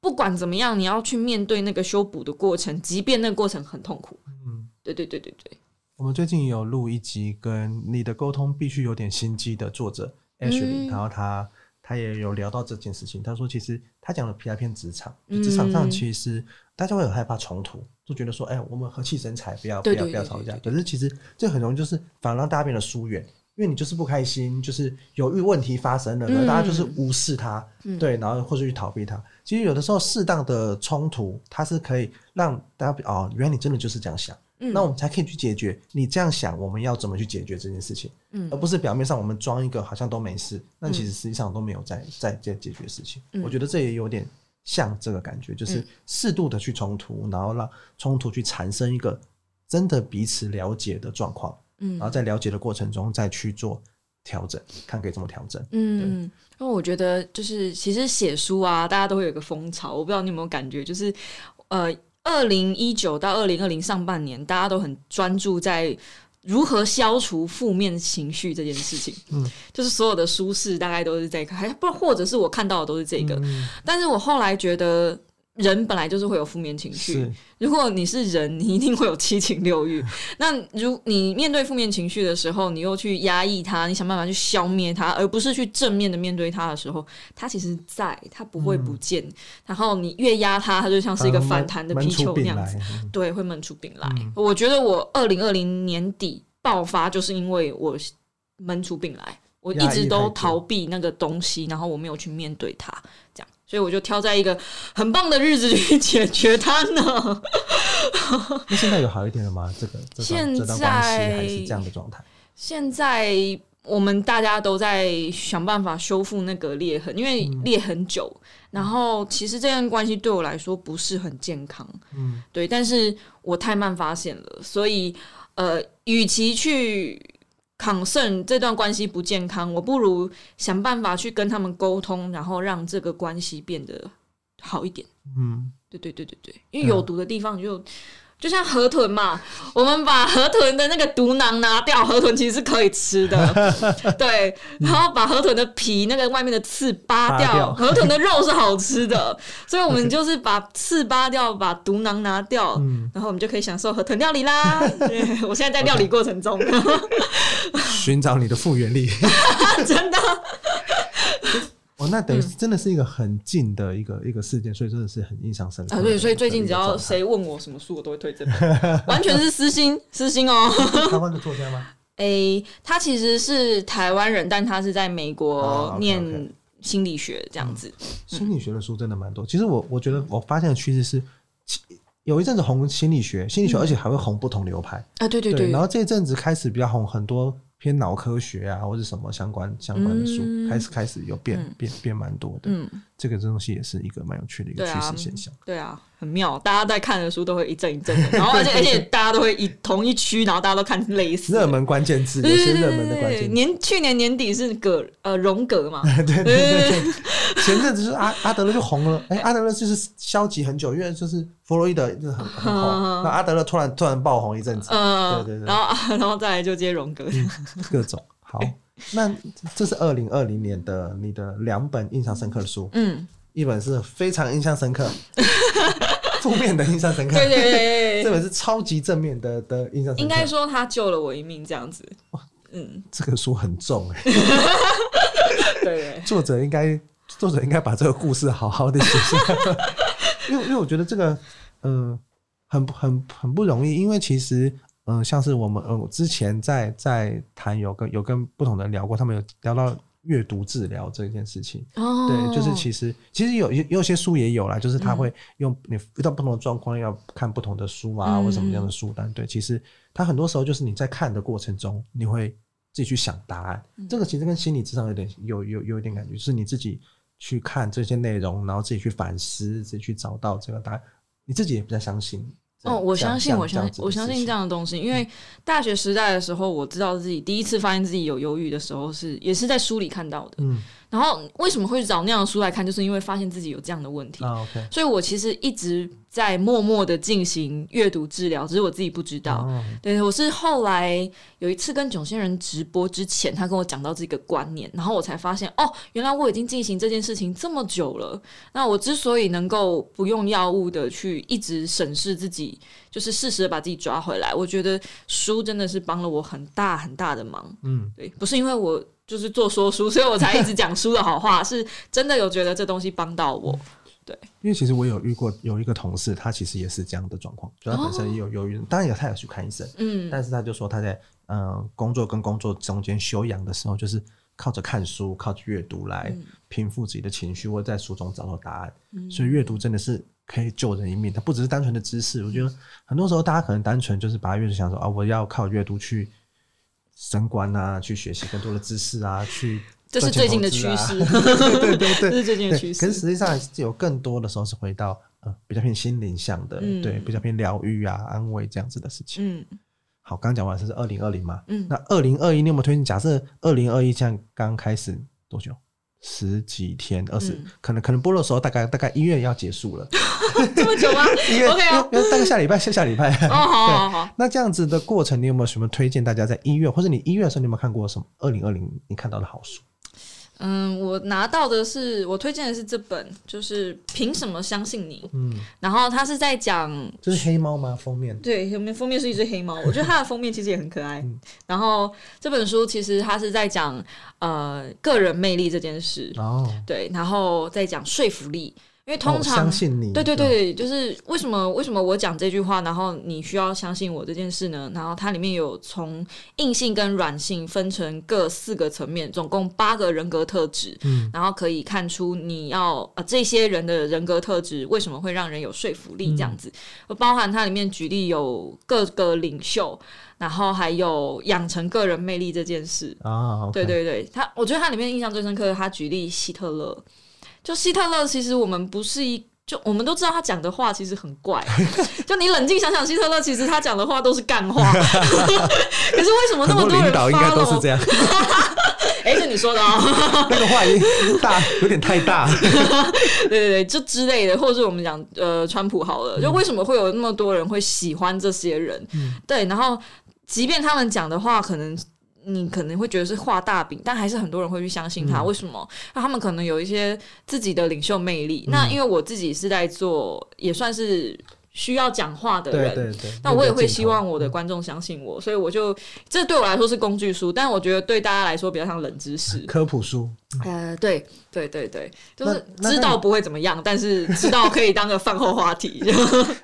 Speaker 2: 不管怎么样，你要去面对那个修补的过程，即便那个过程很痛苦。
Speaker 1: 嗯，
Speaker 2: 对对对对对，
Speaker 1: 我们最近有录一集跟你的沟通必须有点心机的作者 Ashley，、
Speaker 2: 嗯
Speaker 1: 然后他他也有聊到这件事情，他说其实他讲的比较偏职场，就职场上
Speaker 2: 嗯
Speaker 1: 其实大家会很害怕冲突，就觉得说，哎、我们和气生财，不要不
Speaker 2: 对
Speaker 1: 要不
Speaker 2: 对
Speaker 1: 要
Speaker 2: 对
Speaker 1: 吵
Speaker 2: 对
Speaker 1: 架。
Speaker 2: 对
Speaker 1: 可是其实这很容易就是反而让大家变得疏远，因为你就是不开心，就是有遇问题发生了，可是大家就是
Speaker 2: 嗯
Speaker 1: 无视它，
Speaker 2: 嗯
Speaker 1: 对，然后或者去逃避它。其实有的时候适当的冲突，它是可以让大家哦，原来你真的就是这样想。
Speaker 2: 嗯，
Speaker 1: 那我们才可以去解决。你这样想，我们要怎么去解决这件事情，
Speaker 2: 嗯
Speaker 1: 呃而不是表面上我们装一个好像都没事，但其实实际上都没有在在在解决事情。
Speaker 2: 嗯
Speaker 1: 我觉得这也有点像这个感觉，就是
Speaker 2: 嗯
Speaker 1: 适度的去冲突，然后让冲突去产生一个真的彼此了解的状况，
Speaker 2: 嗯
Speaker 1: 然后在了解的过程中再去做调整，看可以怎么调整。
Speaker 2: 嗯，因为我觉得就是其实写书啊，大家都会有一个风潮，我不知道你有没有感觉，就是呃，二零一九到二零二零上半年，大家都很专注在。如何消除负面情绪这件事情，
Speaker 1: 嗯，
Speaker 2: 就是所有的舒适大概都是这个，还不或者是我看到的都是这个，
Speaker 1: 嗯
Speaker 2: 但是我后来觉得，人本来就是会有负面情绪
Speaker 1: 是。，
Speaker 2: 如果你是人，你一定会有七情六欲。 那如你面对负面情绪的时候，你又去压抑它，你想办法去消灭它，而不是去正面的面对它的时候，它其实在，它不会不见。然后你越压它，它就像是一个
Speaker 1: 反而
Speaker 2: 反
Speaker 1: 闷
Speaker 2: 弹的
Speaker 1: 嗯闷
Speaker 2: 皮
Speaker 1: 出
Speaker 2: 球那
Speaker 1: 病
Speaker 2: 样
Speaker 1: 来
Speaker 2: 子，
Speaker 1: 嗯
Speaker 2: 对，会闷出病来。
Speaker 1: 嗯
Speaker 2: 我觉得我二零二零年底爆发，就是因为我闷出病来，我一
Speaker 1: 压抑太
Speaker 2: 直
Speaker 1: 久
Speaker 2: 都逃避那个东西，然后我没有去面对它，这样，所以我就挑在一个很棒的日子去解决它呢。
Speaker 1: 那现在有好一点了吗？这个这段
Speaker 2: 现
Speaker 1: 这段关系
Speaker 2: 在
Speaker 1: 还是这样的状态？
Speaker 2: 现在我们大家都在想办法修复那个裂痕，因为裂很久，然后其实这段关系对我来说不是很健康。
Speaker 1: 嗯。
Speaker 2: 对，但是我太慢发现了，所以呃，与其去 concern 这段关系不健康，我不如想办法去跟他们沟通，然后让这个关系变得好一点。
Speaker 1: 嗯
Speaker 2: 对对对对对，因为有毒的地方就、就像河豚嘛，我们把河豚的那个毒囊拿掉，河豚其实是可以吃 的，对，然后把河豚的皮那个外面的刺
Speaker 1: 拔
Speaker 2: 嗯扒掉，
Speaker 1: 掉
Speaker 2: 河豚的肉是好吃 的，所以我们就是把刺扒掉，把毒囊拿掉。
Speaker 1: 嗯，
Speaker 2: 然后我们就可以享受河豚料理啦！ 对我现在在料理过程中，
Speaker 1: 寻找你的复原力。
Speaker 2: 真的，
Speaker 1: 哦，那等于
Speaker 2: 嗯
Speaker 1: 是真的是一个很近的一个、一个事件，所以真的是很印象深刻
Speaker 2: 啊，
Speaker 1: 的。
Speaker 2: 对，所以最近只要谁问我什么书，我都会推这 本，完全是私心，私心哦。
Speaker 1: 是台湾的作家吗？
Speaker 2: 诶、他其实是台湾人，但他是在美
Speaker 1: 哦
Speaker 2: 国
Speaker 1: ，OK，OK
Speaker 2: 念心理学这样子。
Speaker 1: 心理学的书真的蛮多。其实我我觉得我发现的趋势是，其有一阵子红心理学，心理学而且还会红不同流派。
Speaker 2: 啊，嗯对对
Speaker 1: 然后这一阵子开始比较红很多偏脑科学啊或者什么相关相关的书，
Speaker 2: 嗯
Speaker 1: 开始开始有变
Speaker 2: 嗯
Speaker 1: 变变蛮多的。
Speaker 2: 嗯，
Speaker 1: 这个东西也是一个蛮有趣的一个
Speaker 2: 对
Speaker 1: 趋
Speaker 2: 啊
Speaker 1: 势现象。
Speaker 2: 对啊，很妙。大家在看的书都会一阵一阵的，然后 而且而且大家都会一同一区，然后大家都看类似的
Speaker 1: 热。门关键字，有
Speaker 2: 对对
Speaker 1: 些
Speaker 2: 对
Speaker 1: 热
Speaker 2: 对
Speaker 1: 门的关
Speaker 2: 对对，
Speaker 1: 键字。
Speaker 2: 年去年年底是葛呃荣格嘛，
Speaker 1: 对对对对，前阵子就是阿阿德勒就红了，哎、阿德勒就是消极很久，因为就是弗洛伊德就是很很红，那阿德勒突然突然爆红一阵子，
Speaker 2: 呃，
Speaker 1: 对对对
Speaker 2: 然后啊然后再来就接荣格，
Speaker 1: 各种好。那这是二零二零年的你的两本印象深刻的书，
Speaker 2: 嗯，
Speaker 1: 一本是非常印象深 刻，负面的印象深刻，
Speaker 2: 对对对对
Speaker 1: 这
Speaker 2: 对，
Speaker 1: 本是超级正面的的印象深刻。
Speaker 2: 应该说他救了我一命这样子，嗯，
Speaker 1: 这个书很重哎、
Speaker 2: 对对，
Speaker 1: 作者应该作者应该把这个故事好好的写下 来，因为因为我觉得这个嗯、呃很不很很不容易，因为其实嗯、呃像是我们呃我之前在在谈有跟有跟不同的人聊过，他们有聊到阅读治疗这件事情，
Speaker 2: 哦，嗯
Speaker 1: 对，就是其实其实有有有些书也有啦，就是他会用你遇到不同的状况要看不同的书啊，
Speaker 2: 嗯
Speaker 1: 或什么样的书单。对，其实它很多时候就是你在看的过程中，你会自己去想答案。
Speaker 2: 嗯
Speaker 1: 这个其实跟心理智商有点有有有一点感觉，就是你自己去看这些内容，然后自己去反思，自己去找到这个答案，你自己也比较相信这。
Speaker 2: 哦，我
Speaker 1: 这样
Speaker 2: 相信，我相信，我相信这。
Speaker 1: 样
Speaker 2: 样的东西，因
Speaker 1: 嗯
Speaker 2: 为大学时代的时候，我知道自己第一次发现自己有忧郁的时候是，也是在书里看到的。
Speaker 1: 子的事情
Speaker 2: 然后为什么会找那样的书来看，就是因为发现自己有这样的问题
Speaker 1: 嗯，，啊，OK，
Speaker 2: 所以我其实一直在默默的进行阅读治疗，只是我自己不知道。
Speaker 1: 哦
Speaker 2: 对，我是后来有一次跟囧仙人直播之前，他跟我讲到这个观念，然后我才发现哦，原来我已经进行这件事情这么久了。那我之所以能够不用药物的去一直审视自己，就是适时的把自己抓回来，我觉得书真的是帮了我很大很大的忙。
Speaker 1: 嗯，
Speaker 2: 对，不是因为我就是做说书，所以我才一直讲书的好话， 是真的有觉得这东西帮到我。
Speaker 1: 因为其实我有遇过有一个同事，他其实也是这样的状况，就他本身也有忧郁，当然也他有去看医生，
Speaker 2: 哦嗯，
Speaker 1: 但是他就说他在嗯、呃工作跟工作中间休养的时候，就是靠着看书、靠着阅读来
Speaker 2: 嗯
Speaker 1: 平复自己的情绪，或者在书中找到答案。所以阅读真的是可以救人一命，它不只是单纯的知识。我觉
Speaker 2: 嗯
Speaker 1: 得很多时候大家可能单纯就是把阅读想说啊，我要靠阅读去升官啊，去学习更多的知识啊，去
Speaker 2: 这是
Speaker 1: 赚钱
Speaker 2: 最近的
Speaker 1: 投
Speaker 2: 趋
Speaker 1: 资啊
Speaker 2: 势，
Speaker 1: 对对
Speaker 2: 这
Speaker 1: 对，
Speaker 2: 是最近的
Speaker 1: 对，
Speaker 2: 趋
Speaker 1: 可是实
Speaker 2: 势。
Speaker 1: 际上还是有更多的时候是回到呃比较偏心灵向的，
Speaker 2: 嗯
Speaker 1: 对，比较偏疗愈啊、安慰这样子的事情。
Speaker 2: 嗯
Speaker 1: 好，刚讲完是二零二零嘛，
Speaker 2: 嗯
Speaker 1: 那二零二一你有没有推荐？假设二零二一这样刚开始多久？十几天，二十、
Speaker 2: 嗯
Speaker 1: 可能可能播的时候大概大概一月要结束 了，
Speaker 2: 这么久吗
Speaker 1: 一月、
Speaker 2: ？OK 啊，
Speaker 1: 因为因为大概下礼拜下下礼拜。
Speaker 2: 哦，好好好，
Speaker 1: 那这样子的过程，你有没有什么推荐大家在一月，或者你一月的时候，你有没有看过什么二零二零你看到的好书？
Speaker 2: 嗯，我拿到的是我推荐的是这本，就是凭什么相信你？
Speaker 1: 嗯，
Speaker 2: 然后它是在讲
Speaker 1: 就是黑猫吗？封面
Speaker 2: 对，有没有封面是一只黑猫？我觉得它的封面其实也很可爱。然后这本书其实它是在讲呃个人魅力这件事，
Speaker 1: 哦，
Speaker 2: 对，然后再讲说服力，因为
Speaker 1: 哦
Speaker 2: 通
Speaker 1: 我
Speaker 2: 常、
Speaker 1: 相信你，
Speaker 2: 对对对，就是为什么为什么我讲这句话，然后你需要相信我这件事呢？然后它里面有从硬性跟软性分成各四个层面，总共八个人格特质，
Speaker 1: 嗯
Speaker 2: 然后可以看出你要呃这些人的人格特质为什么会让人有说服力这样子，
Speaker 1: 嗯
Speaker 2: 包含它里面举例有各个领袖，然后还有养成个人魅力这件事，
Speaker 1: 啊，
Speaker 2: 对，对对，他我觉得他里面印象最深刻的，他举例希特勒，就希特勒其实我们不是一。就我们都知道他讲的话其实很 怪，就你冷静想想，希特勒其实他讲的话都是干话， 可是为什么那
Speaker 1: 很
Speaker 2: 么
Speaker 1: 多
Speaker 2: 多人
Speaker 1: 领导应该都是
Speaker 2: follow？
Speaker 1: 这样，
Speaker 2: 哎、是你说的哦，
Speaker 1: 那个话已经大有点太大了，
Speaker 2: 对对对，就之类的，或者是我们讲呃，川普好
Speaker 1: 嗯
Speaker 2: 了，就为什么会有那么多人会喜欢这些人？对，然后即便他们讲的话可能。你可能会觉得是画大饼，但还是很多人会去相信
Speaker 1: 嗯
Speaker 2: 他。为什么？那他们可能有一些自己的领袖魅力。
Speaker 1: 嗯
Speaker 2: 那因为我自己是在做，也算是需要讲话的人，
Speaker 1: 对对对。
Speaker 2: 那我也会希望我的观众相信我，所以我就这对我来说是工具书，但我觉得对大家来说比较像冷知识。
Speaker 1: 嗯科普书，
Speaker 2: 呃，对对对对，就是
Speaker 1: 那那
Speaker 2: 知道不会怎么样，但是知道可以当个饭后话题。
Speaker 1: 因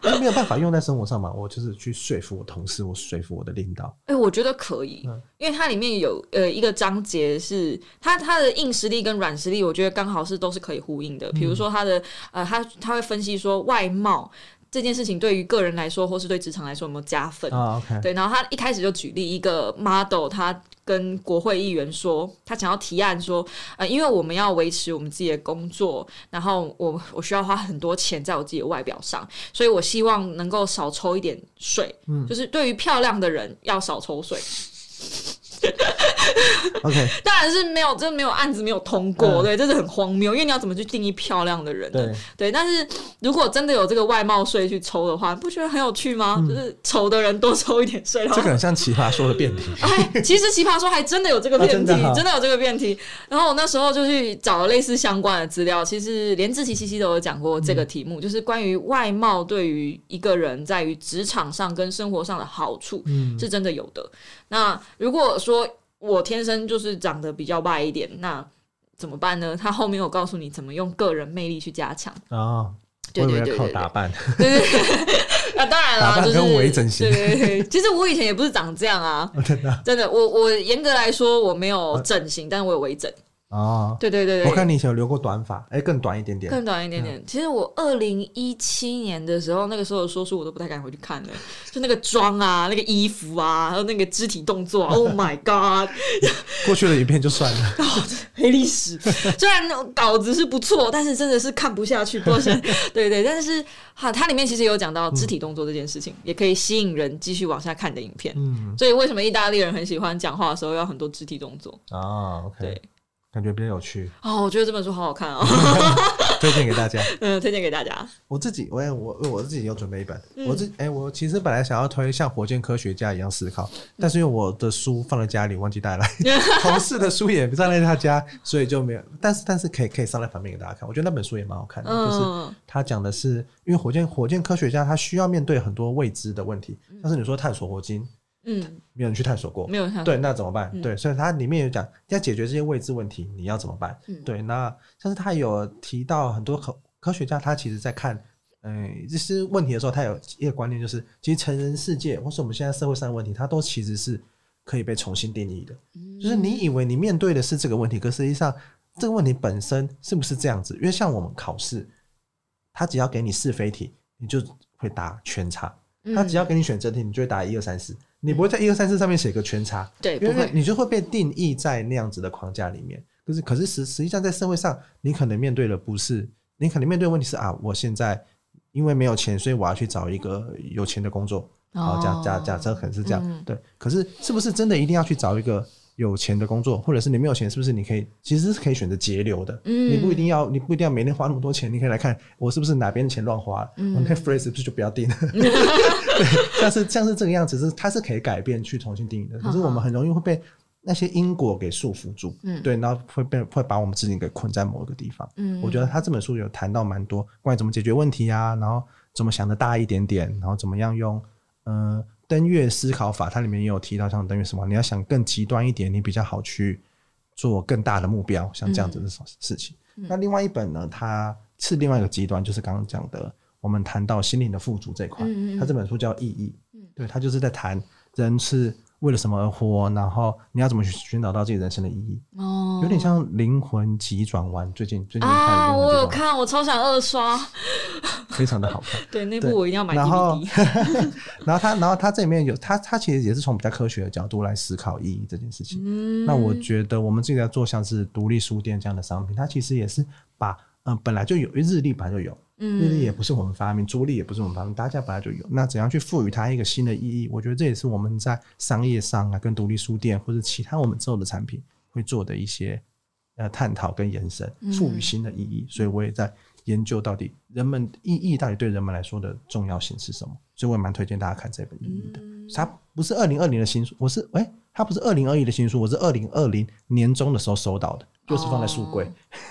Speaker 1: 哎为没有办法用在生活上嘛，我就是去说服我同事，我说服我的领导，
Speaker 2: 哎、我觉得可以，
Speaker 1: 嗯
Speaker 2: 因为它里面有呃一个章节是它它的硬实力跟软
Speaker 1: 嗯
Speaker 2: 实力，我觉得刚好是都是可以呼应的。比如说它的呃，它它会分析说外貌这件事情对于个人来说，或是对职场来说有没有加分？
Speaker 1: 啊，OK，
Speaker 2: 对，然后他一开始就举例一个 model，他跟国会议员说，他想要提案说，呃，因为我们要维持我们自己的工作，然后我我需要花很多钱在我自己的外表上，所以我希望能够少抽一点税，
Speaker 1: 嗯
Speaker 2: 就是对于漂亮的人要少抽税。
Speaker 1: OK，
Speaker 2: 当然是没有，这没有案子没有通过，
Speaker 1: 嗯
Speaker 2: 对，这是很荒谬，因为你要怎么去定义漂亮的人呢？
Speaker 1: 对，
Speaker 2: 对，但是如果真的有这个外貌税去抽的话，不觉得很有趣吗？
Speaker 1: 嗯
Speaker 2: 就是丑的人多抽一点税，然后
Speaker 1: 这个很像奇葩说的辩题。
Speaker 2: 哎，其实《奇葩说》还真的有这个
Speaker 1: 啊真
Speaker 2: 辩题，
Speaker 1: 的啊
Speaker 2: 真的有这个辩题。然后我那时候就去找了类似相关的资料，其实连志奇西西都有讲过这个题
Speaker 1: 嗯
Speaker 2: 目，就是关于外貌对于一个人在于职场上跟生活上的好处，
Speaker 1: 嗯，
Speaker 2: 是真的有的。那如果说我天生就是长得比较歪一点，那怎么办呢？他后面有告诉你怎么用个人魅力去 加强。
Speaker 1: 然后啊我
Speaker 2: 对
Speaker 1: 以
Speaker 2: 对
Speaker 1: 为要
Speaker 2: 对
Speaker 1: 靠
Speaker 2: 对对
Speaker 1: 打扮，
Speaker 2: 对对对，啊，当
Speaker 1: 打
Speaker 2: 然啦，
Speaker 1: 扮
Speaker 2: 就是
Speaker 1: 跟微整形
Speaker 2: 对对对，其实我以前也不是长这样啊，
Speaker 1: 哦真的
Speaker 2: 真的，我我严格来说我没有整形，但我有微整。
Speaker 1: 哦。
Speaker 2: 对对对
Speaker 1: 啊我
Speaker 2: 对，
Speaker 1: 看你以嗯前有留过短发，哎，更短一点点，
Speaker 2: 更短一点点。其实我二零一七年的时候，那个时候的说书我都不太敢回去看了， 就那个妆啊，那个衣服啊，还有那个肢体 动作啊，Oh my god，
Speaker 1: 过去的影片就算了。
Speaker 2: 黑历史。 虽然那稿子是不错，但是真的是看不 下去，不知道想对对，但是哈，它里面其实有讲
Speaker 1: 嗯
Speaker 2: 到肢体动作这件事情，也可以吸引人继续往下看你的影片。
Speaker 1: 嗯，
Speaker 2: 所以为什么意大利人很喜欢讲话的时候要很多肢体动作？
Speaker 1: 哦，OK，
Speaker 2: 对
Speaker 1: 感觉比较有 趣，
Speaker 2: 哦，我觉得这本书好好看哦，
Speaker 1: 推荐给大家。
Speaker 2: 嗯，推荐给大家。
Speaker 1: 我自己，我也我我自己有准备一本，
Speaker 2: 嗯
Speaker 1: 我自哎、我其实本来想要推像火箭科学家一样思考，
Speaker 2: 嗯
Speaker 1: 但是因为我的书放在家里忘记带 来，同事的书也不在他家，所以就没有。但是但是可以可以上来反面给大家看，我觉得那本书也蛮好看的，就是
Speaker 2: 嗯，
Speaker 1: 他讲的是，因为火箭火箭科学家他需要面对很多未知的问题，像是你说探索火星，
Speaker 2: 嗯，
Speaker 1: 没有人去探索过，
Speaker 2: 没有看
Speaker 1: 对，那怎么办？
Speaker 2: 嗯
Speaker 1: 对，所以它里面有讲要解决这些未知问题，你要怎么办？
Speaker 2: 嗯
Speaker 1: 对，那像是他有提到很多科科学家，他其实在看，嗯、这些问题的时候，他有一个观念，就是其实成人世界或是我们现在社会上的问题，它都其实是可以被重新定义的。
Speaker 2: 嗯
Speaker 1: 就是你以为你面对的是这个问题，可实际上这个问题本身是不是这样子？因为像我们考试，他只要给你是非题，你就会答全差。他
Speaker 2: 嗯
Speaker 1: 只要给你选择题，你就会答一二三四，你不会在一二三四上面写个全差，
Speaker 2: 嗯对，不
Speaker 1: 因为
Speaker 2: 会，
Speaker 1: 你就会被定义在那样子的框架里面。可是，可是实实际上在社会上，你可能面对的不是，你可能面对的问题是啊，我现在因为没有钱，所以我要去找一个有钱的工作。好，假假假设可能是这样，
Speaker 2: 哦嗯
Speaker 1: 对。可是是不是真的一定要去找一个有钱的工作，或者是你没有钱，是不是你可以其实是可以选择节流的？
Speaker 2: 嗯
Speaker 1: 你不一定要，你不一定要每天花那么多钱，你可以来看我是不是哪边的钱乱花了，
Speaker 2: 嗯
Speaker 1: 我那 phrase 是不是就不要 定了？对，像是像是这个样子，是它是可以改变去重新定义的。可是我们很容易会被那些因果给束缚住，
Speaker 2: 嗯
Speaker 1: 对，然后会被会把我们自己给困在某一个地方。
Speaker 2: 嗯
Speaker 1: 我觉得他这本书有谈到蛮多关于怎么解决问题啊，然后怎么想的大一点点，然后怎么样用呃登月思考法，它里面也有提到像登月思考，你要想更极端一点，你比较好去做更大的目标，像这样子的事事情。
Speaker 2: 嗯
Speaker 1: 那另外一本呢，它是另外一个极端，就是刚刚讲的，我们谈到心灵的富足这一块，
Speaker 2: 嗯嗯嗯嗯
Speaker 1: 它这本书叫《意义》，对，它就是在谈人是为了什么而活，然后你要怎么去寻找到自己人生的意义。
Speaker 2: 哦
Speaker 1: 有点像《灵魂急转弯》，最近最近看了《
Speaker 2: 啊，
Speaker 1: 灵魂
Speaker 2: 我
Speaker 1: 急
Speaker 2: 有
Speaker 1: 转弯
Speaker 2: 看，我超想二刷，
Speaker 1: 非常的好看。
Speaker 2: 对，那
Speaker 1: 对
Speaker 2: 部我一定要 买
Speaker 1: 然后
Speaker 2: DVD。
Speaker 1: 然后他，然后他这里面有他，他其实也是从比较科学的角度来思考意义这件事情。
Speaker 2: 嗯
Speaker 1: 那我觉得我们自己在做像是独立书店这样的商品，它其实也是把嗯、呃本来就有日历本来就有，
Speaker 2: 嗯
Speaker 1: 日历也不是我们发明，朱历也不是我们发明，大家本来就有。那怎样去赋予它一个新的意义？我觉得这也是我们在商业上啊，跟独立书店或者其他我们之后的产品会做的一些呃探讨跟延伸，赋予新的意义。所以我也在研究到底人们意义到底对人们来说的重要性是什么。所以我也蛮推荐大家看这本《意义》的。它不是二零二零的新书，我是哎、它不是二零二一的新书，我是二零二零年中的时候收到的，就是放在书柜，
Speaker 2: 哦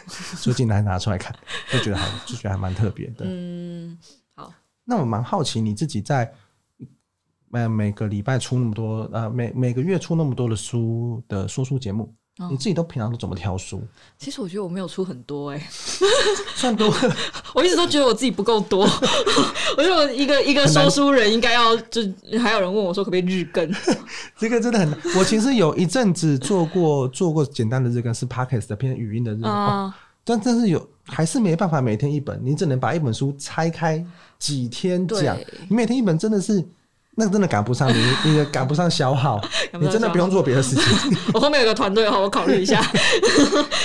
Speaker 1: 所以进来拿出来看，就觉得还就觉得还蛮特别的。
Speaker 2: 嗯，好，
Speaker 1: 那我蛮好奇你自己在呃每个礼拜出那么多呃每每个月出那么多的书的说书节目，
Speaker 2: 嗯
Speaker 1: 你自己都平常都怎么挑书？
Speaker 2: 其实我觉得我没有出很多哎、
Speaker 1: 算多
Speaker 2: 我一直都觉得我自己不够 多。我觉得我一个一个
Speaker 1: 很难
Speaker 2: 说书人应该要，就还有人问我说可不可以日更，
Speaker 1: 这个真的很难。我其实有一阵子做过做过简单的日更，是 podcast 的偏语音的日更、
Speaker 2: 啊
Speaker 1: 哦但但是有还是没办法每天一本，你只能把一本书拆开几天讲
Speaker 2: 对。
Speaker 1: 你每天一本真的是，那个真的赶不上你，你也赶不上消耗，
Speaker 2: 赶不
Speaker 1: 你
Speaker 2: 上
Speaker 1: 真的不用做别的事 情，
Speaker 2: 我后面有个团队的话，我考虑一下。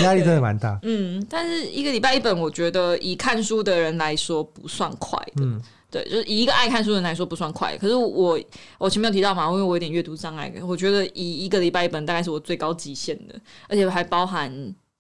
Speaker 1: 压力真的蛮大。
Speaker 2: 嗯，但是一个礼拜一本，我觉得以看书的人来说不算快的。
Speaker 1: 嗯
Speaker 2: 对，就是以一个爱看书的人来说不算快。可是我我前面有提到嘛，因为我有点阅读障碍，我觉得以一个礼拜一本大概是我最高极限的，而且还包含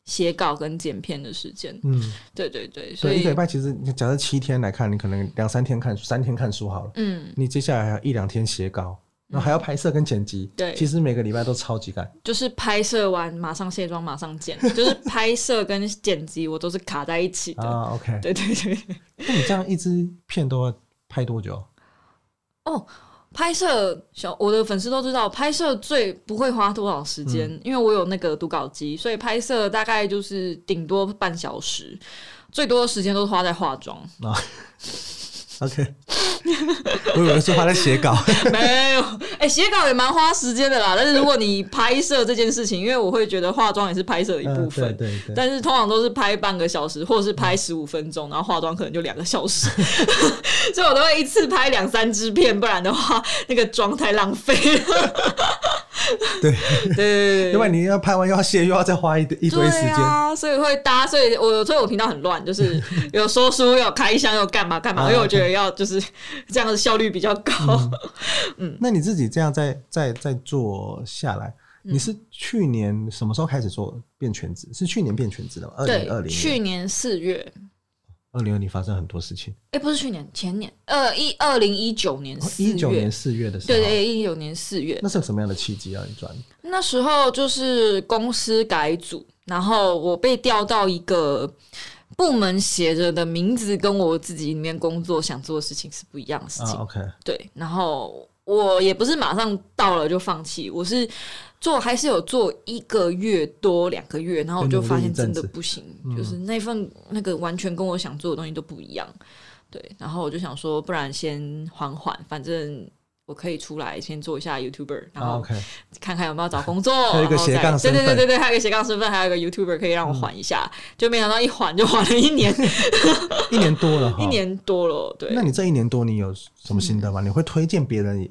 Speaker 2: 写稿跟剪片的时间。
Speaker 1: 嗯，
Speaker 2: 对对对，所
Speaker 1: 对，一
Speaker 2: 以
Speaker 1: 个礼拜其实你假设七天来看，你可能两三天看书，三天看书好了，
Speaker 2: 嗯，
Speaker 1: 你接下来还有一两天写稿，然后还要拍摄跟剪辑。
Speaker 2: 对
Speaker 1: 其实每个礼拜都超级赶。
Speaker 2: 就是拍摄完马上卸妆，马上剪，就是拍摄跟剪辑我都是卡在一起的。
Speaker 1: 啊，OK，
Speaker 2: 对对对，
Speaker 1: 那你这样一支片都要拍多 久？
Speaker 2: 拍摄小我的粉丝都知道，拍摄最不会花多少时
Speaker 1: 嗯
Speaker 2: 间，因为我有那个读稿机，所以拍摄大概就是顶多半小时，最多的时间都是花在化妆。
Speaker 1: OK，我以为是他在写稿。
Speaker 2: 没有，哎、写稿也蛮花时间的啦。但是如果你拍摄这件事情，因为我会觉得化妆也是拍 摄的一部分。
Speaker 1: 嗯、对对对，
Speaker 2: 但是通常都是拍半个小时，或者是拍十五分钟，然后化妆可能就两个小时， 所以我都会一次拍两三支片，不然的话那个妆太浪费了。
Speaker 1: 对
Speaker 2: 对对对 对，
Speaker 1: 因为你要拍完又要卸，又要再花一堆一堆时
Speaker 2: 对
Speaker 1: 间。
Speaker 2: 啊，所以会搭，所以我所以我频道很乱，就是 有说书，有开箱，有干嘛干嘛，
Speaker 1: 啊
Speaker 2: 因为我觉得要就是这样的效率比较高。
Speaker 1: 嗯那你自己这样再再再做下来，
Speaker 2: 嗯
Speaker 1: 你是去年什么时候开始做变全职？是去年变全职的吗？二零二零
Speaker 2: 对，去年四月，
Speaker 1: 二零二零发生很多事情，
Speaker 2: 哎、不是去年，前年，二一二零一九年四
Speaker 1: 哦一
Speaker 2: 月，
Speaker 1: 九年四月的时候，
Speaker 2: 对对，一九年四月，
Speaker 1: 那是有什么样的契机让你转？
Speaker 2: 那时候就是公司改组，然后我被调到一个部门写着的名字，跟我自己里面工作想做的事情是不一样的事
Speaker 1: 啊
Speaker 2: 情。
Speaker 1: ，OK，
Speaker 2: 对，然后我也不是马上到了就放弃，我是做还是有做一个月多两个月，然后我就发现真的不行，
Speaker 1: 嗯
Speaker 2: 就是那份那个完全跟我想做的东西都不一样。对，然后我就想说，不然先缓缓，反正。我可以出来先做一下 YouTuber，然
Speaker 1: 啊
Speaker 2: 后
Speaker 1: ，OK，
Speaker 2: 看看有没有找工作，
Speaker 1: 还有一个
Speaker 2: 然后
Speaker 1: 斜
Speaker 2: 再
Speaker 1: 杠身
Speaker 2: 对对
Speaker 1: 份嗯
Speaker 2: 对对对，还有一个斜杠身份，还有一个 YouTuber 可以让我缓一下，就没想到一缓就缓了一 年，
Speaker 1: 一年多了，
Speaker 2: 一。年嗯多了，对，
Speaker 1: 哦那你这一年多你有什么心得吗？你会推荐别人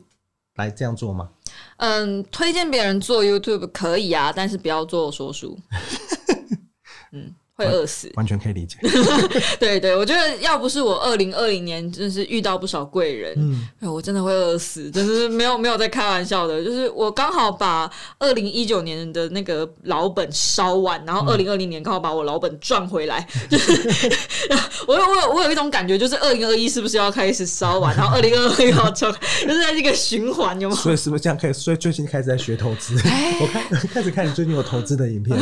Speaker 1: 来这样做吗？
Speaker 2: 嗯，推荐别人做 YouTube 可以啊，但是不要做 说书。嗯，会饿死。
Speaker 1: 完全可以 理解。
Speaker 2: 对对，我觉得要不是我二零二零年真是遇到不少贵人，
Speaker 1: 嗯，
Speaker 2: 哎我真的会饿死，真的是没有没有在开玩笑的。就是我刚好把二零一九年的那个老本烧完，然后
Speaker 1: 嗯
Speaker 2: 二零二零年刚好把我老本赚回来。就是 我有我有我有一种感觉，就是二零二一是不是要开始烧完，然后二零二二又要烧，就是在这个循环，有吗？
Speaker 1: 所以是不是这样可以？所以最近开始在学投 资，
Speaker 2: 哎
Speaker 1: 我看开始看你最近有投资的影片。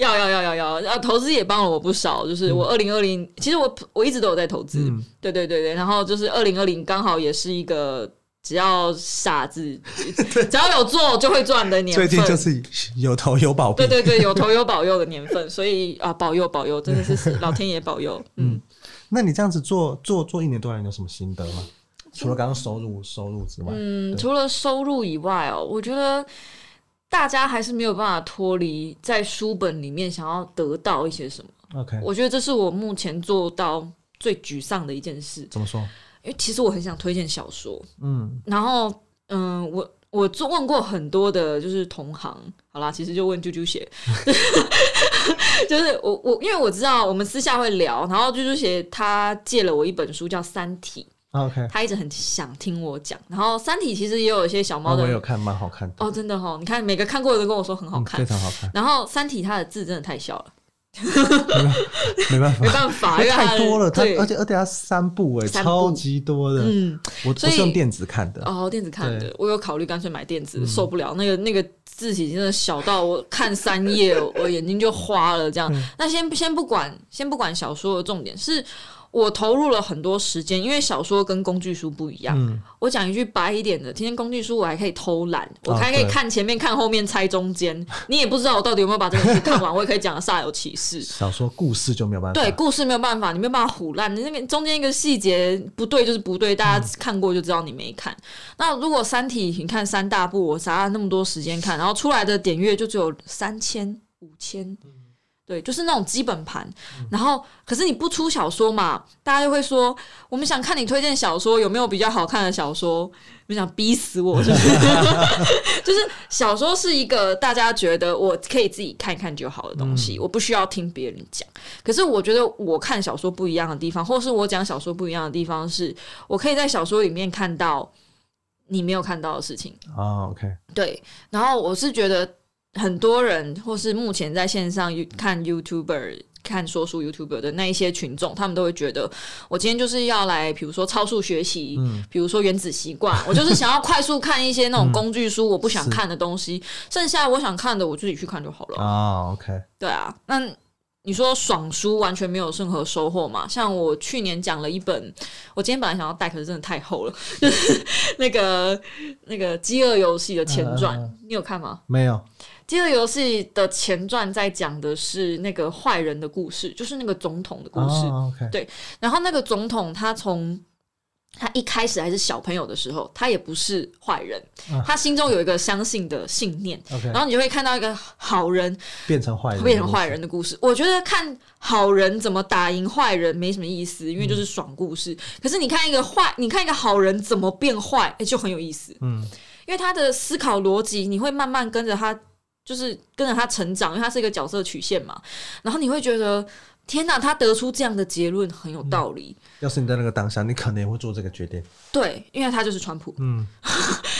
Speaker 2: 要要要要要，然后投资也帮了我不少。就是我二零二零，其实我我一直都有在投资，
Speaker 1: 嗯
Speaker 2: 对对对对。然后就是二零二零刚好也是一个只要 傻子只要有做就会赚的年
Speaker 1: 最
Speaker 2: 份。
Speaker 1: 近就是有投有保
Speaker 2: 对
Speaker 1: 庇。
Speaker 2: 对对，有头有保佑的年份，所以啊，保佑保佑，真的是老天爷保佑。 嗯，
Speaker 1: 那你这样子做做做一年多来，你有什么心得吗？除了刚刚收入收入之外，
Speaker 2: 嗯，除了收入以外哦，我觉得大家还是没有办法脱离在书本里面想要得到一些什么。
Speaker 1: ，OK，
Speaker 2: 我觉得这是我目前做到最沮丧的一件事。
Speaker 1: 怎么说？
Speaker 2: 因为其实我很想推荐小说，
Speaker 1: 嗯，
Speaker 2: 然后嗯，我我做问过很多的，就是同行，
Speaker 1: 嗯
Speaker 2: 好啦，其实就问啾啾姐， 就是我我因为我知道我们私下会聊，然后啾啾姐她借了我一本书叫《三体
Speaker 1: 啊 OK，》，
Speaker 2: 她一直很想听我讲，然后《三体》其实也有一些小猫
Speaker 1: 啊
Speaker 2: 的、
Speaker 1: 我有看，蛮好看的，
Speaker 2: 哦，真的哦，你看每个看过的都跟我说很好
Speaker 1: 嗯
Speaker 2: 看，
Speaker 1: 非常好看，
Speaker 2: 然后《三体》它的字真的太小了，
Speaker 1: 没办法
Speaker 2: 没，办法，因为它的
Speaker 1: 太多了，它
Speaker 2: 对
Speaker 1: 而且而且它三部哎，
Speaker 2: 三部
Speaker 1: 超级多的，
Speaker 2: 嗯。
Speaker 1: 我
Speaker 2: 所
Speaker 1: 我
Speaker 2: 以
Speaker 1: 是用电子看的，
Speaker 2: 哦，电子看的
Speaker 1: 对，嗯
Speaker 2: 我有考虑干脆买电子，受不了那个那个字体真的小到我看三页 我眼睛就花了这样。
Speaker 1: 嗯
Speaker 2: 那先先不管先不管小说的重点是。我投入了很多时间，因为小说跟工具书不一样。
Speaker 1: 嗯
Speaker 2: 我讲一句白一点的，今天工具书我还可以偷懒，我
Speaker 1: 哦
Speaker 2: 还可以
Speaker 1: 对
Speaker 2: 看前面、看后面、猜中间。你也不知道我到底有没有把这本书看 完，我也可以讲的煞有其事。
Speaker 1: 小说故事就没有办法，
Speaker 2: 对，故事没有办法，你没有办法唬烂，你那个中间一个细节不对就是不对，大家看过就知道你没看。那如果《三体》，你看三大部，我砸了那么多时间看，然后出来的点阅就只有三千、五千，对，就是那种基本盘。
Speaker 1: 嗯
Speaker 2: 然后，可是你不出小说嘛，大家就会说，我们想看你推荐小说，有没有比较好看的小说？你想逼死我，就是 就是小说是一个大家觉得我可以自己看一看就好的东
Speaker 1: 嗯
Speaker 2: 西，我不需要听别人讲。可是我觉得我看小说不一样的地方，或是我讲小说不一样的地方是，我可以在小说里面看到你没有看到的事情。
Speaker 1: 啊，OK，
Speaker 2: 对，然后我是觉得很多人或是目前在线上 you- 看 YouTuber。看说书 YouTuber 的那一些群众，他们都会觉得，我今天就是要来，比如说超速学习，
Speaker 1: 嗯
Speaker 2: 比如说原子习惯，我就是想要快速看一些那种工具书，我不想
Speaker 1: 是
Speaker 2: 看的东西，剩下我想看的我自己去看就好了。
Speaker 1: 啊，OK，
Speaker 2: 对啊，那你说爽书完全没有任何收获嘛？像我去年讲了一本，我今天本来想要带，可是真的太厚了， 就是那个那个《饥饿游戏》的前传，
Speaker 1: 嗯嗯
Speaker 2: 你有看吗？
Speaker 1: 没有，啊
Speaker 2: 《饥饿游戏》的前传在讲的是那个坏人的故事，就是那个总统的故事。
Speaker 1: 啊，OK，
Speaker 2: 然后那个总统他从他一开始还是小朋友的时候，他也不是坏人，
Speaker 1: 啊
Speaker 2: 他心中有一个相信的信念，
Speaker 1: OK，
Speaker 2: 然后你就会看到一个好人，
Speaker 1: 变成坏人，
Speaker 2: 变成坏人的故事。我觉得看好人怎么打赢坏人没什么意思，因为就是爽故事。可是你看一个坏，你看一个好人怎么变坏，哎、就很有意思，
Speaker 1: 嗯，
Speaker 2: 因为他的思考逻辑，你会慢慢跟着他，就是跟着他成长，因为他是一个角色曲线嘛。然后你会觉得，天哪，他得出这样的结论很有道理。
Speaker 1: 要是你在那个当下，你可能也会做这个决定，
Speaker 2: 对，因为他就是川普，
Speaker 1: 嗯，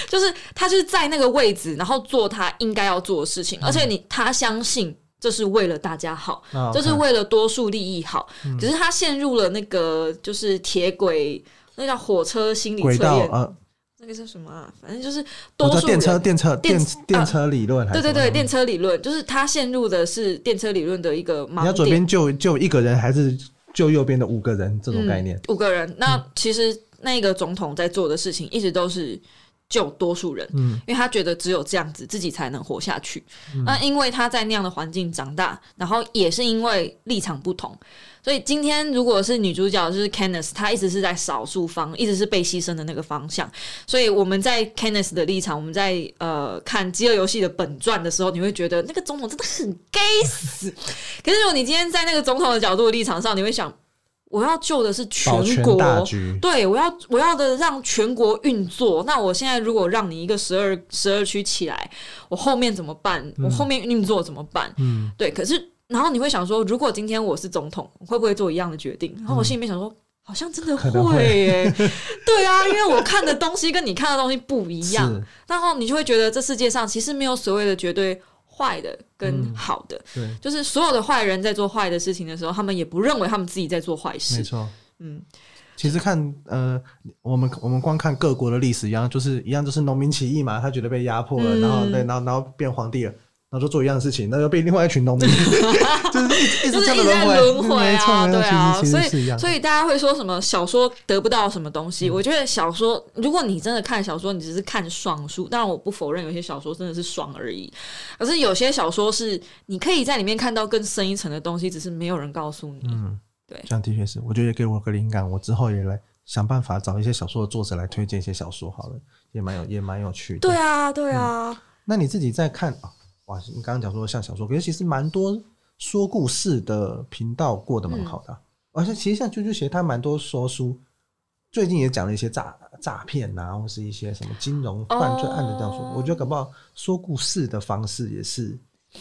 Speaker 2: 就是他就是在那个位置，然后做他应该要做的事情，而且你他相信这是为了大家好。
Speaker 1: 啊
Speaker 2: 就是
Speaker 1: OK，
Speaker 2: 为了多数利益好。
Speaker 1: 嗯
Speaker 2: 只是他陷入了那个就是铁轨，那叫火车心理测
Speaker 1: 轨道
Speaker 2: 验，
Speaker 1: 呃，
Speaker 2: 那个叫什么啊、反正就是
Speaker 1: 我
Speaker 2: 多
Speaker 1: 知道
Speaker 2: 数
Speaker 1: 电车
Speaker 2: 人
Speaker 1: 电车
Speaker 2: 电
Speaker 1: 电电
Speaker 2: 啊
Speaker 1: 车理论还
Speaker 2: 对
Speaker 1: 是什
Speaker 2: 对
Speaker 1: 么，
Speaker 2: 对，电车理论就是他陷入的是电车理论的一个盲
Speaker 1: 你要左
Speaker 2: 点，
Speaker 1: 边救救一个人，还是救右边的五个人这种概念？
Speaker 2: 嗯
Speaker 1: 嗯
Speaker 2: 五个人。那其实那个总统在做的事情一直都是救多数人，
Speaker 1: 嗯
Speaker 2: 因为他觉得只有这样子自己才能活下去。那因为他在那样的环境长大，然后也是因为立场不同，所以今天如果是女主角就是 Kenneth，她一直是在少数方，一直是被牺牲的那个方向。所以我们在 Kenneth 的立场，我们在呃看《饥饿游戏》的本传的时候，你会觉得那个总统真的很 gay 死。 可是如果你今天在那个总统的角度的立场上，你会想，我要救的是全
Speaker 1: 保全
Speaker 2: 国，
Speaker 1: 大局，
Speaker 2: 对，我要我要的让全国运作。那我现在如果让你一个十二十二区起来，我后面怎么办？我后面运作怎么办？
Speaker 1: 嗯，
Speaker 2: 对，可是然后你会想说，如果今天我是总统，我会不会做一样的决定？然后我心里面想说。好像真的
Speaker 1: 嗯可能会
Speaker 2: 会耶、 对啊，因为我看的东西跟你看的东西不一样，
Speaker 1: 是，
Speaker 2: 然后你就会觉得这世界上其实没有所谓的绝对坏的
Speaker 1: 嗯
Speaker 2: 跟好的，
Speaker 1: 对，
Speaker 2: 就是所有的坏人在做坏的事情的时候，他们也不认为他们自己在做坏
Speaker 1: 没
Speaker 2: 事。
Speaker 1: 错。
Speaker 2: 嗯，
Speaker 1: 其实看呃，我们我们光看各国的历史一样，就是一样，就是农民起义嘛，他觉得被压迫了，
Speaker 2: 嗯
Speaker 1: 然后对，然后然后变皇帝了，然后就做一样的事情，那又被另外一群 农民， 就是一一直
Speaker 2: 就是
Speaker 1: 这样的
Speaker 2: 一直在
Speaker 1: 轮
Speaker 2: 轮回
Speaker 1: 没错，
Speaker 2: 啊，
Speaker 1: 没错
Speaker 2: 对啊，
Speaker 1: 其实
Speaker 2: 所
Speaker 1: 其实是一样嗯
Speaker 2: 以
Speaker 1: 的，
Speaker 2: 所以大家会说什么小说得不到什么东西？我觉得小说，如果你真的看小说，你只是看爽书，当然我不否认有些小说真的是爽而已，可是有些小说是你可以在里面看到更深一层的东西，只是没有人告诉你。
Speaker 1: 嗯，
Speaker 2: 对
Speaker 1: 这样的确是，我觉得也给我个灵感，我之后也来想办法找一些小说的作者来推荐一些小说好了，也蛮有也蛮有趣的。
Speaker 2: 对啊，对啊，
Speaker 1: 那你自己在看啊？哇，你刚刚讲说像小说，可是其实蛮多说故事的频道过得蛮好
Speaker 2: 嗯
Speaker 1: 的啊、而且、其实像啾啾鞋，他蛮多说书，最近也讲了一些诈诈骗呐，或是一些什么金融犯罪案的这样说。
Speaker 2: 哦
Speaker 1: 我觉得搞不好说故事的方式也是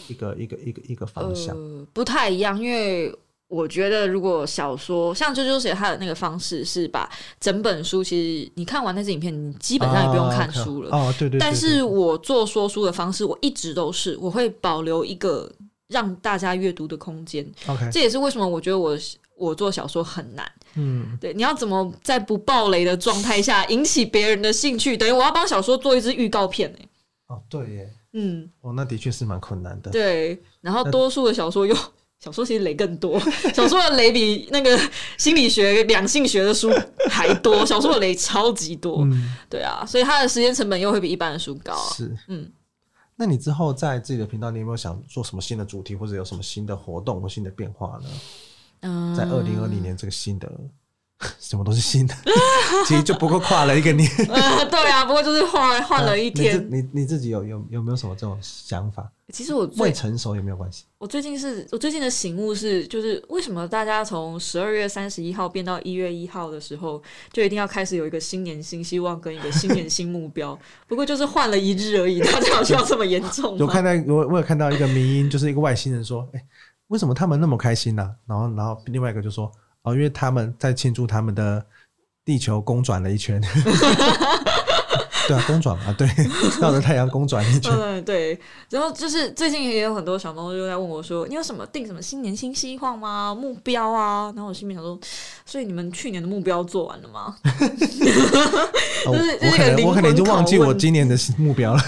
Speaker 1: 一个一个一个一个方向。
Speaker 2: 呃，不太一样，因为。我觉得，如果小说像啾啾写他的那个方式是把整本书，其实你看完那支影片，你基
Speaker 1: 基
Speaker 2: 本上也不用看书了。
Speaker 1: 哦，对对对
Speaker 2: 但
Speaker 1: 对
Speaker 2: 是我做说书的方式，我一直都是我会保留一个让大家阅读的空间。
Speaker 1: OK，
Speaker 2: 这也是为什么我觉得我我做小说很难。
Speaker 1: 嗯，
Speaker 2: 对，你要怎么在不暴雷的状态下引起别人的兴趣？等于我要帮小说做一支预告片、欸、
Speaker 1: 哦，对耶，
Speaker 2: 嗯，
Speaker 1: 哦，那的确是蛮困难的。
Speaker 2: 对。然后多数的小说又。小说其实雷更多，小说的雷比那个心理学、两性学的书还多，小说的雷超级多，
Speaker 1: 嗯，
Speaker 2: 对啊，所以它的时间成本又会比一般的书高啊。
Speaker 1: 是，
Speaker 2: 嗯。
Speaker 1: 那你之后在自己的频道，你有没有想做什么新的主题，或者有什么新的活动或新的变化呢？
Speaker 2: 嗯，
Speaker 1: 在二零二零年这个新的 什么都是新的， 其实就不过跨了一个年。
Speaker 2: 呃， 对啊，不过就是换换了一天。
Speaker 1: 啊你自你你自己有有有没有什么这种想法？
Speaker 2: 其实我
Speaker 1: 未
Speaker 2: 最
Speaker 1: 成熟也没有关系。
Speaker 2: 我最近是我最近的醒悟是，就是为什么大家从十二月三十一号变到一月一号的时候，就一定要开始有一个新年新希望跟一个新年新目标。 不过就是换了一日而已，大家好像这么严重啊
Speaker 1: 有
Speaker 2: 吗？
Speaker 1: 看到我我有看到一个迷因，就是一个外星人说：“哎、为什么他们那么开心呢、然后然后另外一个就说：“哦，因为他们在庆祝他们的地球公转了一 圈。”对啊，公转嘛，对，绕着太阳公转一圈。
Speaker 2: 嗯， 对。然后就是最近也有很多小朋友就在问我说：“你有什么定什么新年新希望吗？目标啊？”然后我心里想说：“所以你们去年的目标做完了吗？”
Speaker 1: 哦
Speaker 2: 就是
Speaker 1: 我我可
Speaker 2: 这个
Speaker 1: 能
Speaker 2: 灵
Speaker 1: 我可能
Speaker 2: 魂
Speaker 1: 就忘记
Speaker 2: 拷问
Speaker 1: 我今年的目标了。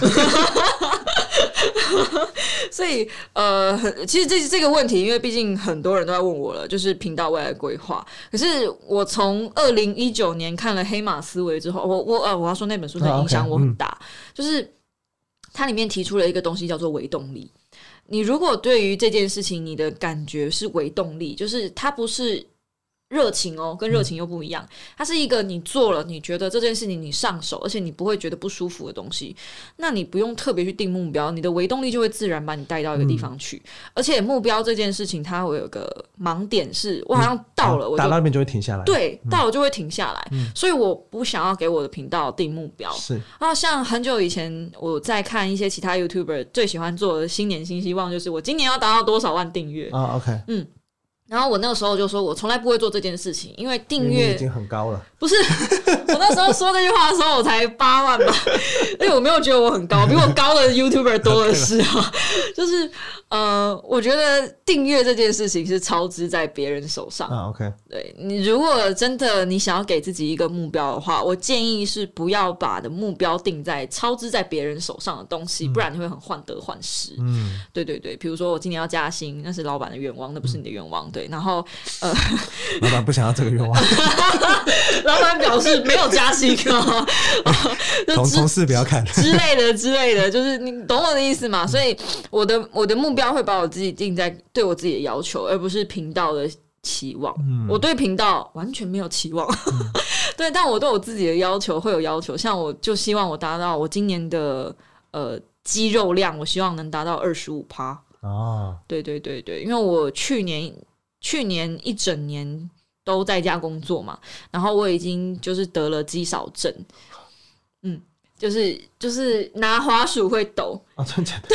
Speaker 2: 所以呃，很其实这这个问题，因为毕竟很多人都在问我了，就是频道未来规划。可是我从二零一九年看了《黑马思维》之后，我我呃，我要说那本书真的
Speaker 1: 啊
Speaker 2: 影响
Speaker 1: OK，
Speaker 2: 我很
Speaker 1: 嗯
Speaker 2: 大，就是它里面提出了一个东西叫做微动力。你如果对于这件事情你的感觉是微动力，就是它不是热情哦，跟热
Speaker 1: 嗯
Speaker 2: 情又不一样，它是一个你做了你觉得这件事情你上手，而且你不会觉得不舒服的东西，那你不用特别去定目标，你的微动力就会自然把你带到一个地
Speaker 1: 嗯
Speaker 2: 方去。而且目标这件事情，它会有个盲点是，我好像到了，我
Speaker 1: 打嗯啊
Speaker 2: 就
Speaker 1: 到嗯那边就会停下来。，
Speaker 2: 对到了就会停下来，所以我不想要给我的频道定目标。
Speaker 1: 是
Speaker 2: 然后像很久以前我在看一些其他 YouTuber 最喜欢做的新年新希望，就是我今年要达到多少万订阅。
Speaker 1: 啊，OK，
Speaker 2: 然后我那个时候就说，我从来不会做这件事情，因为订
Speaker 1: 明明
Speaker 2: 阅
Speaker 1: 已经很高了。
Speaker 2: 不是， 我那时候说这句话的时候，我才八万吧， 因为我没有觉得我很高，比我高的 YouTuber 多的是啊。 就是呃，我觉得订阅这件事情是操之在别人手上。
Speaker 1: 啊，OK，
Speaker 2: 对你，如果真的你想要给自己一个目标的话，我建议是不要把的目标定在操之在别人手上的东西，不然你会很患得患失。
Speaker 1: 嗯，
Speaker 2: 对对对，比如说我今年要加薪，那是老板的愿望，那不是你的愿望。对，然后
Speaker 1: 老板不想要这个愿望，
Speaker 2: 老板表示没有加薪啊， 就
Speaker 1: 同
Speaker 2: 之
Speaker 1: 同事不要看。
Speaker 2: 之类的之类的， 就是你懂我的意思嘛？所以我的我的目标会把我自己定在对我自己的要求，而不是频道的期望。
Speaker 1: 嗯
Speaker 2: 我对频道完全没有期望， 对，但我对我自己的要求会有要求，像我就希望我达到我今年的呃肌肉量，我希望能达到二十五趴。
Speaker 1: 哦，
Speaker 2: 对对对对，因为我去年去年一整年都在家工作嘛，然后我已经就是得了肌少症，嗯，就是就是拿滑鼠会抖，
Speaker 1: 啊，真的假的？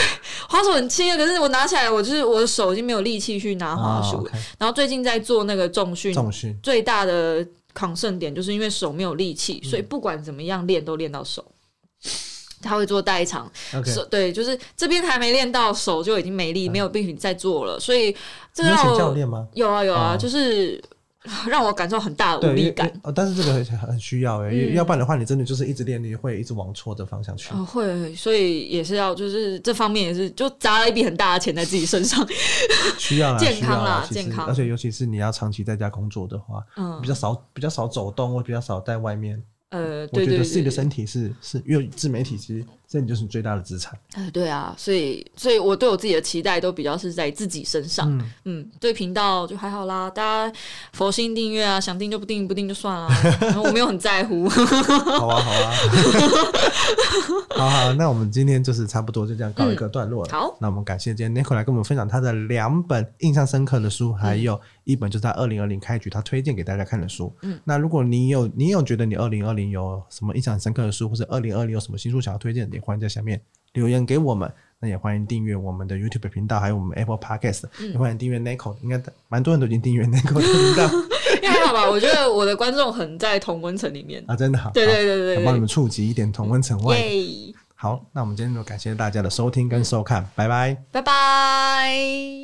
Speaker 2: 滑鼠很轻啊，可是我拿起来，我就是我的手已经没有力气去拿滑
Speaker 1: 啊
Speaker 2: 鼠了。
Speaker 1: ，OK，
Speaker 2: 然后最近在做那个重训，
Speaker 1: 重训。
Speaker 2: 最大的抗胜点就是因为手没有力气，所以不管怎么样练都练到手。他会做代偿，
Speaker 1: OK，嗯
Speaker 2: 手对，就是这边还没练到手就已经没力，没有并且在做了，所以这
Speaker 1: 你有
Speaker 2: 个让
Speaker 1: 请教
Speaker 2: 我
Speaker 1: 练吗？
Speaker 2: 有啊有啊，
Speaker 1: 哦
Speaker 2: 就是 让我感受很大的
Speaker 1: 对，
Speaker 2: 无
Speaker 1: 因
Speaker 2: 力
Speaker 1: 为
Speaker 2: 感。
Speaker 1: 因为哦，但是这个很很需要哎、因为
Speaker 2: 嗯
Speaker 1: 要不然的话，你真的就是一直练，你会一直往错的方向去。
Speaker 2: 哦，会，所以也是要，就是这方面也是，就砸了一笔很大的钱在自己身上。
Speaker 1: 需要啦，
Speaker 2: 健
Speaker 1: 需要
Speaker 2: 康啦
Speaker 1: 其实
Speaker 2: 健康
Speaker 1: 而且尤其是你要长期在家工作的话，
Speaker 2: 嗯
Speaker 1: 比，较少比较少走动，或比较少在外面。
Speaker 2: 呃，
Speaker 1: 我
Speaker 2: 对
Speaker 1: 觉
Speaker 2: 对
Speaker 1: 得自己
Speaker 2: 对
Speaker 1: 的，身体是是，因为自媒体其实身体就是你最大的资产。
Speaker 2: 呃，对啊，所以，所以我对我自己的期待都比较是在自己身上。
Speaker 1: 嗯，
Speaker 2: 嗯，对频道就还好啦，大家佛心订阅啊，想订就不订，不订就 算啦。然后我没有很在乎。
Speaker 1: 好啊，好啊， 好好，那我们今天就是差不多就这样告一个段落了。
Speaker 2: 好，
Speaker 1: 那我们感谢今天 Nico 来跟我们分享他的两本印象深刻的书，还有一本就是他二零二零开局他推荐给大家看的书。
Speaker 2: 嗯，
Speaker 1: 那如果你有你有觉得你二零二零有什么印象很深刻的书，或者二零二零有什么新书想要推荐的，也欢迎在下面留言给我们。那也欢迎订阅我们的 YouTube 频道，还有我们 Apple Podcast，、也
Speaker 2: 嗯
Speaker 1: 欢迎订阅 Nico，应该蛮多人都已经订阅 Nico 的频道
Speaker 2: 因为还好吧，我觉得我的观众很在同温层里面。
Speaker 1: 啊，真的好，
Speaker 2: 对对
Speaker 1: 好
Speaker 2: 对
Speaker 1: 帮你
Speaker 2: 对
Speaker 1: 们触及一点同温层外
Speaker 2: 对，
Speaker 1: 的
Speaker 2: 耶，
Speaker 1: 好，那我们今天就感谢大家的收听跟收看，拜拜。
Speaker 2: 拜拜。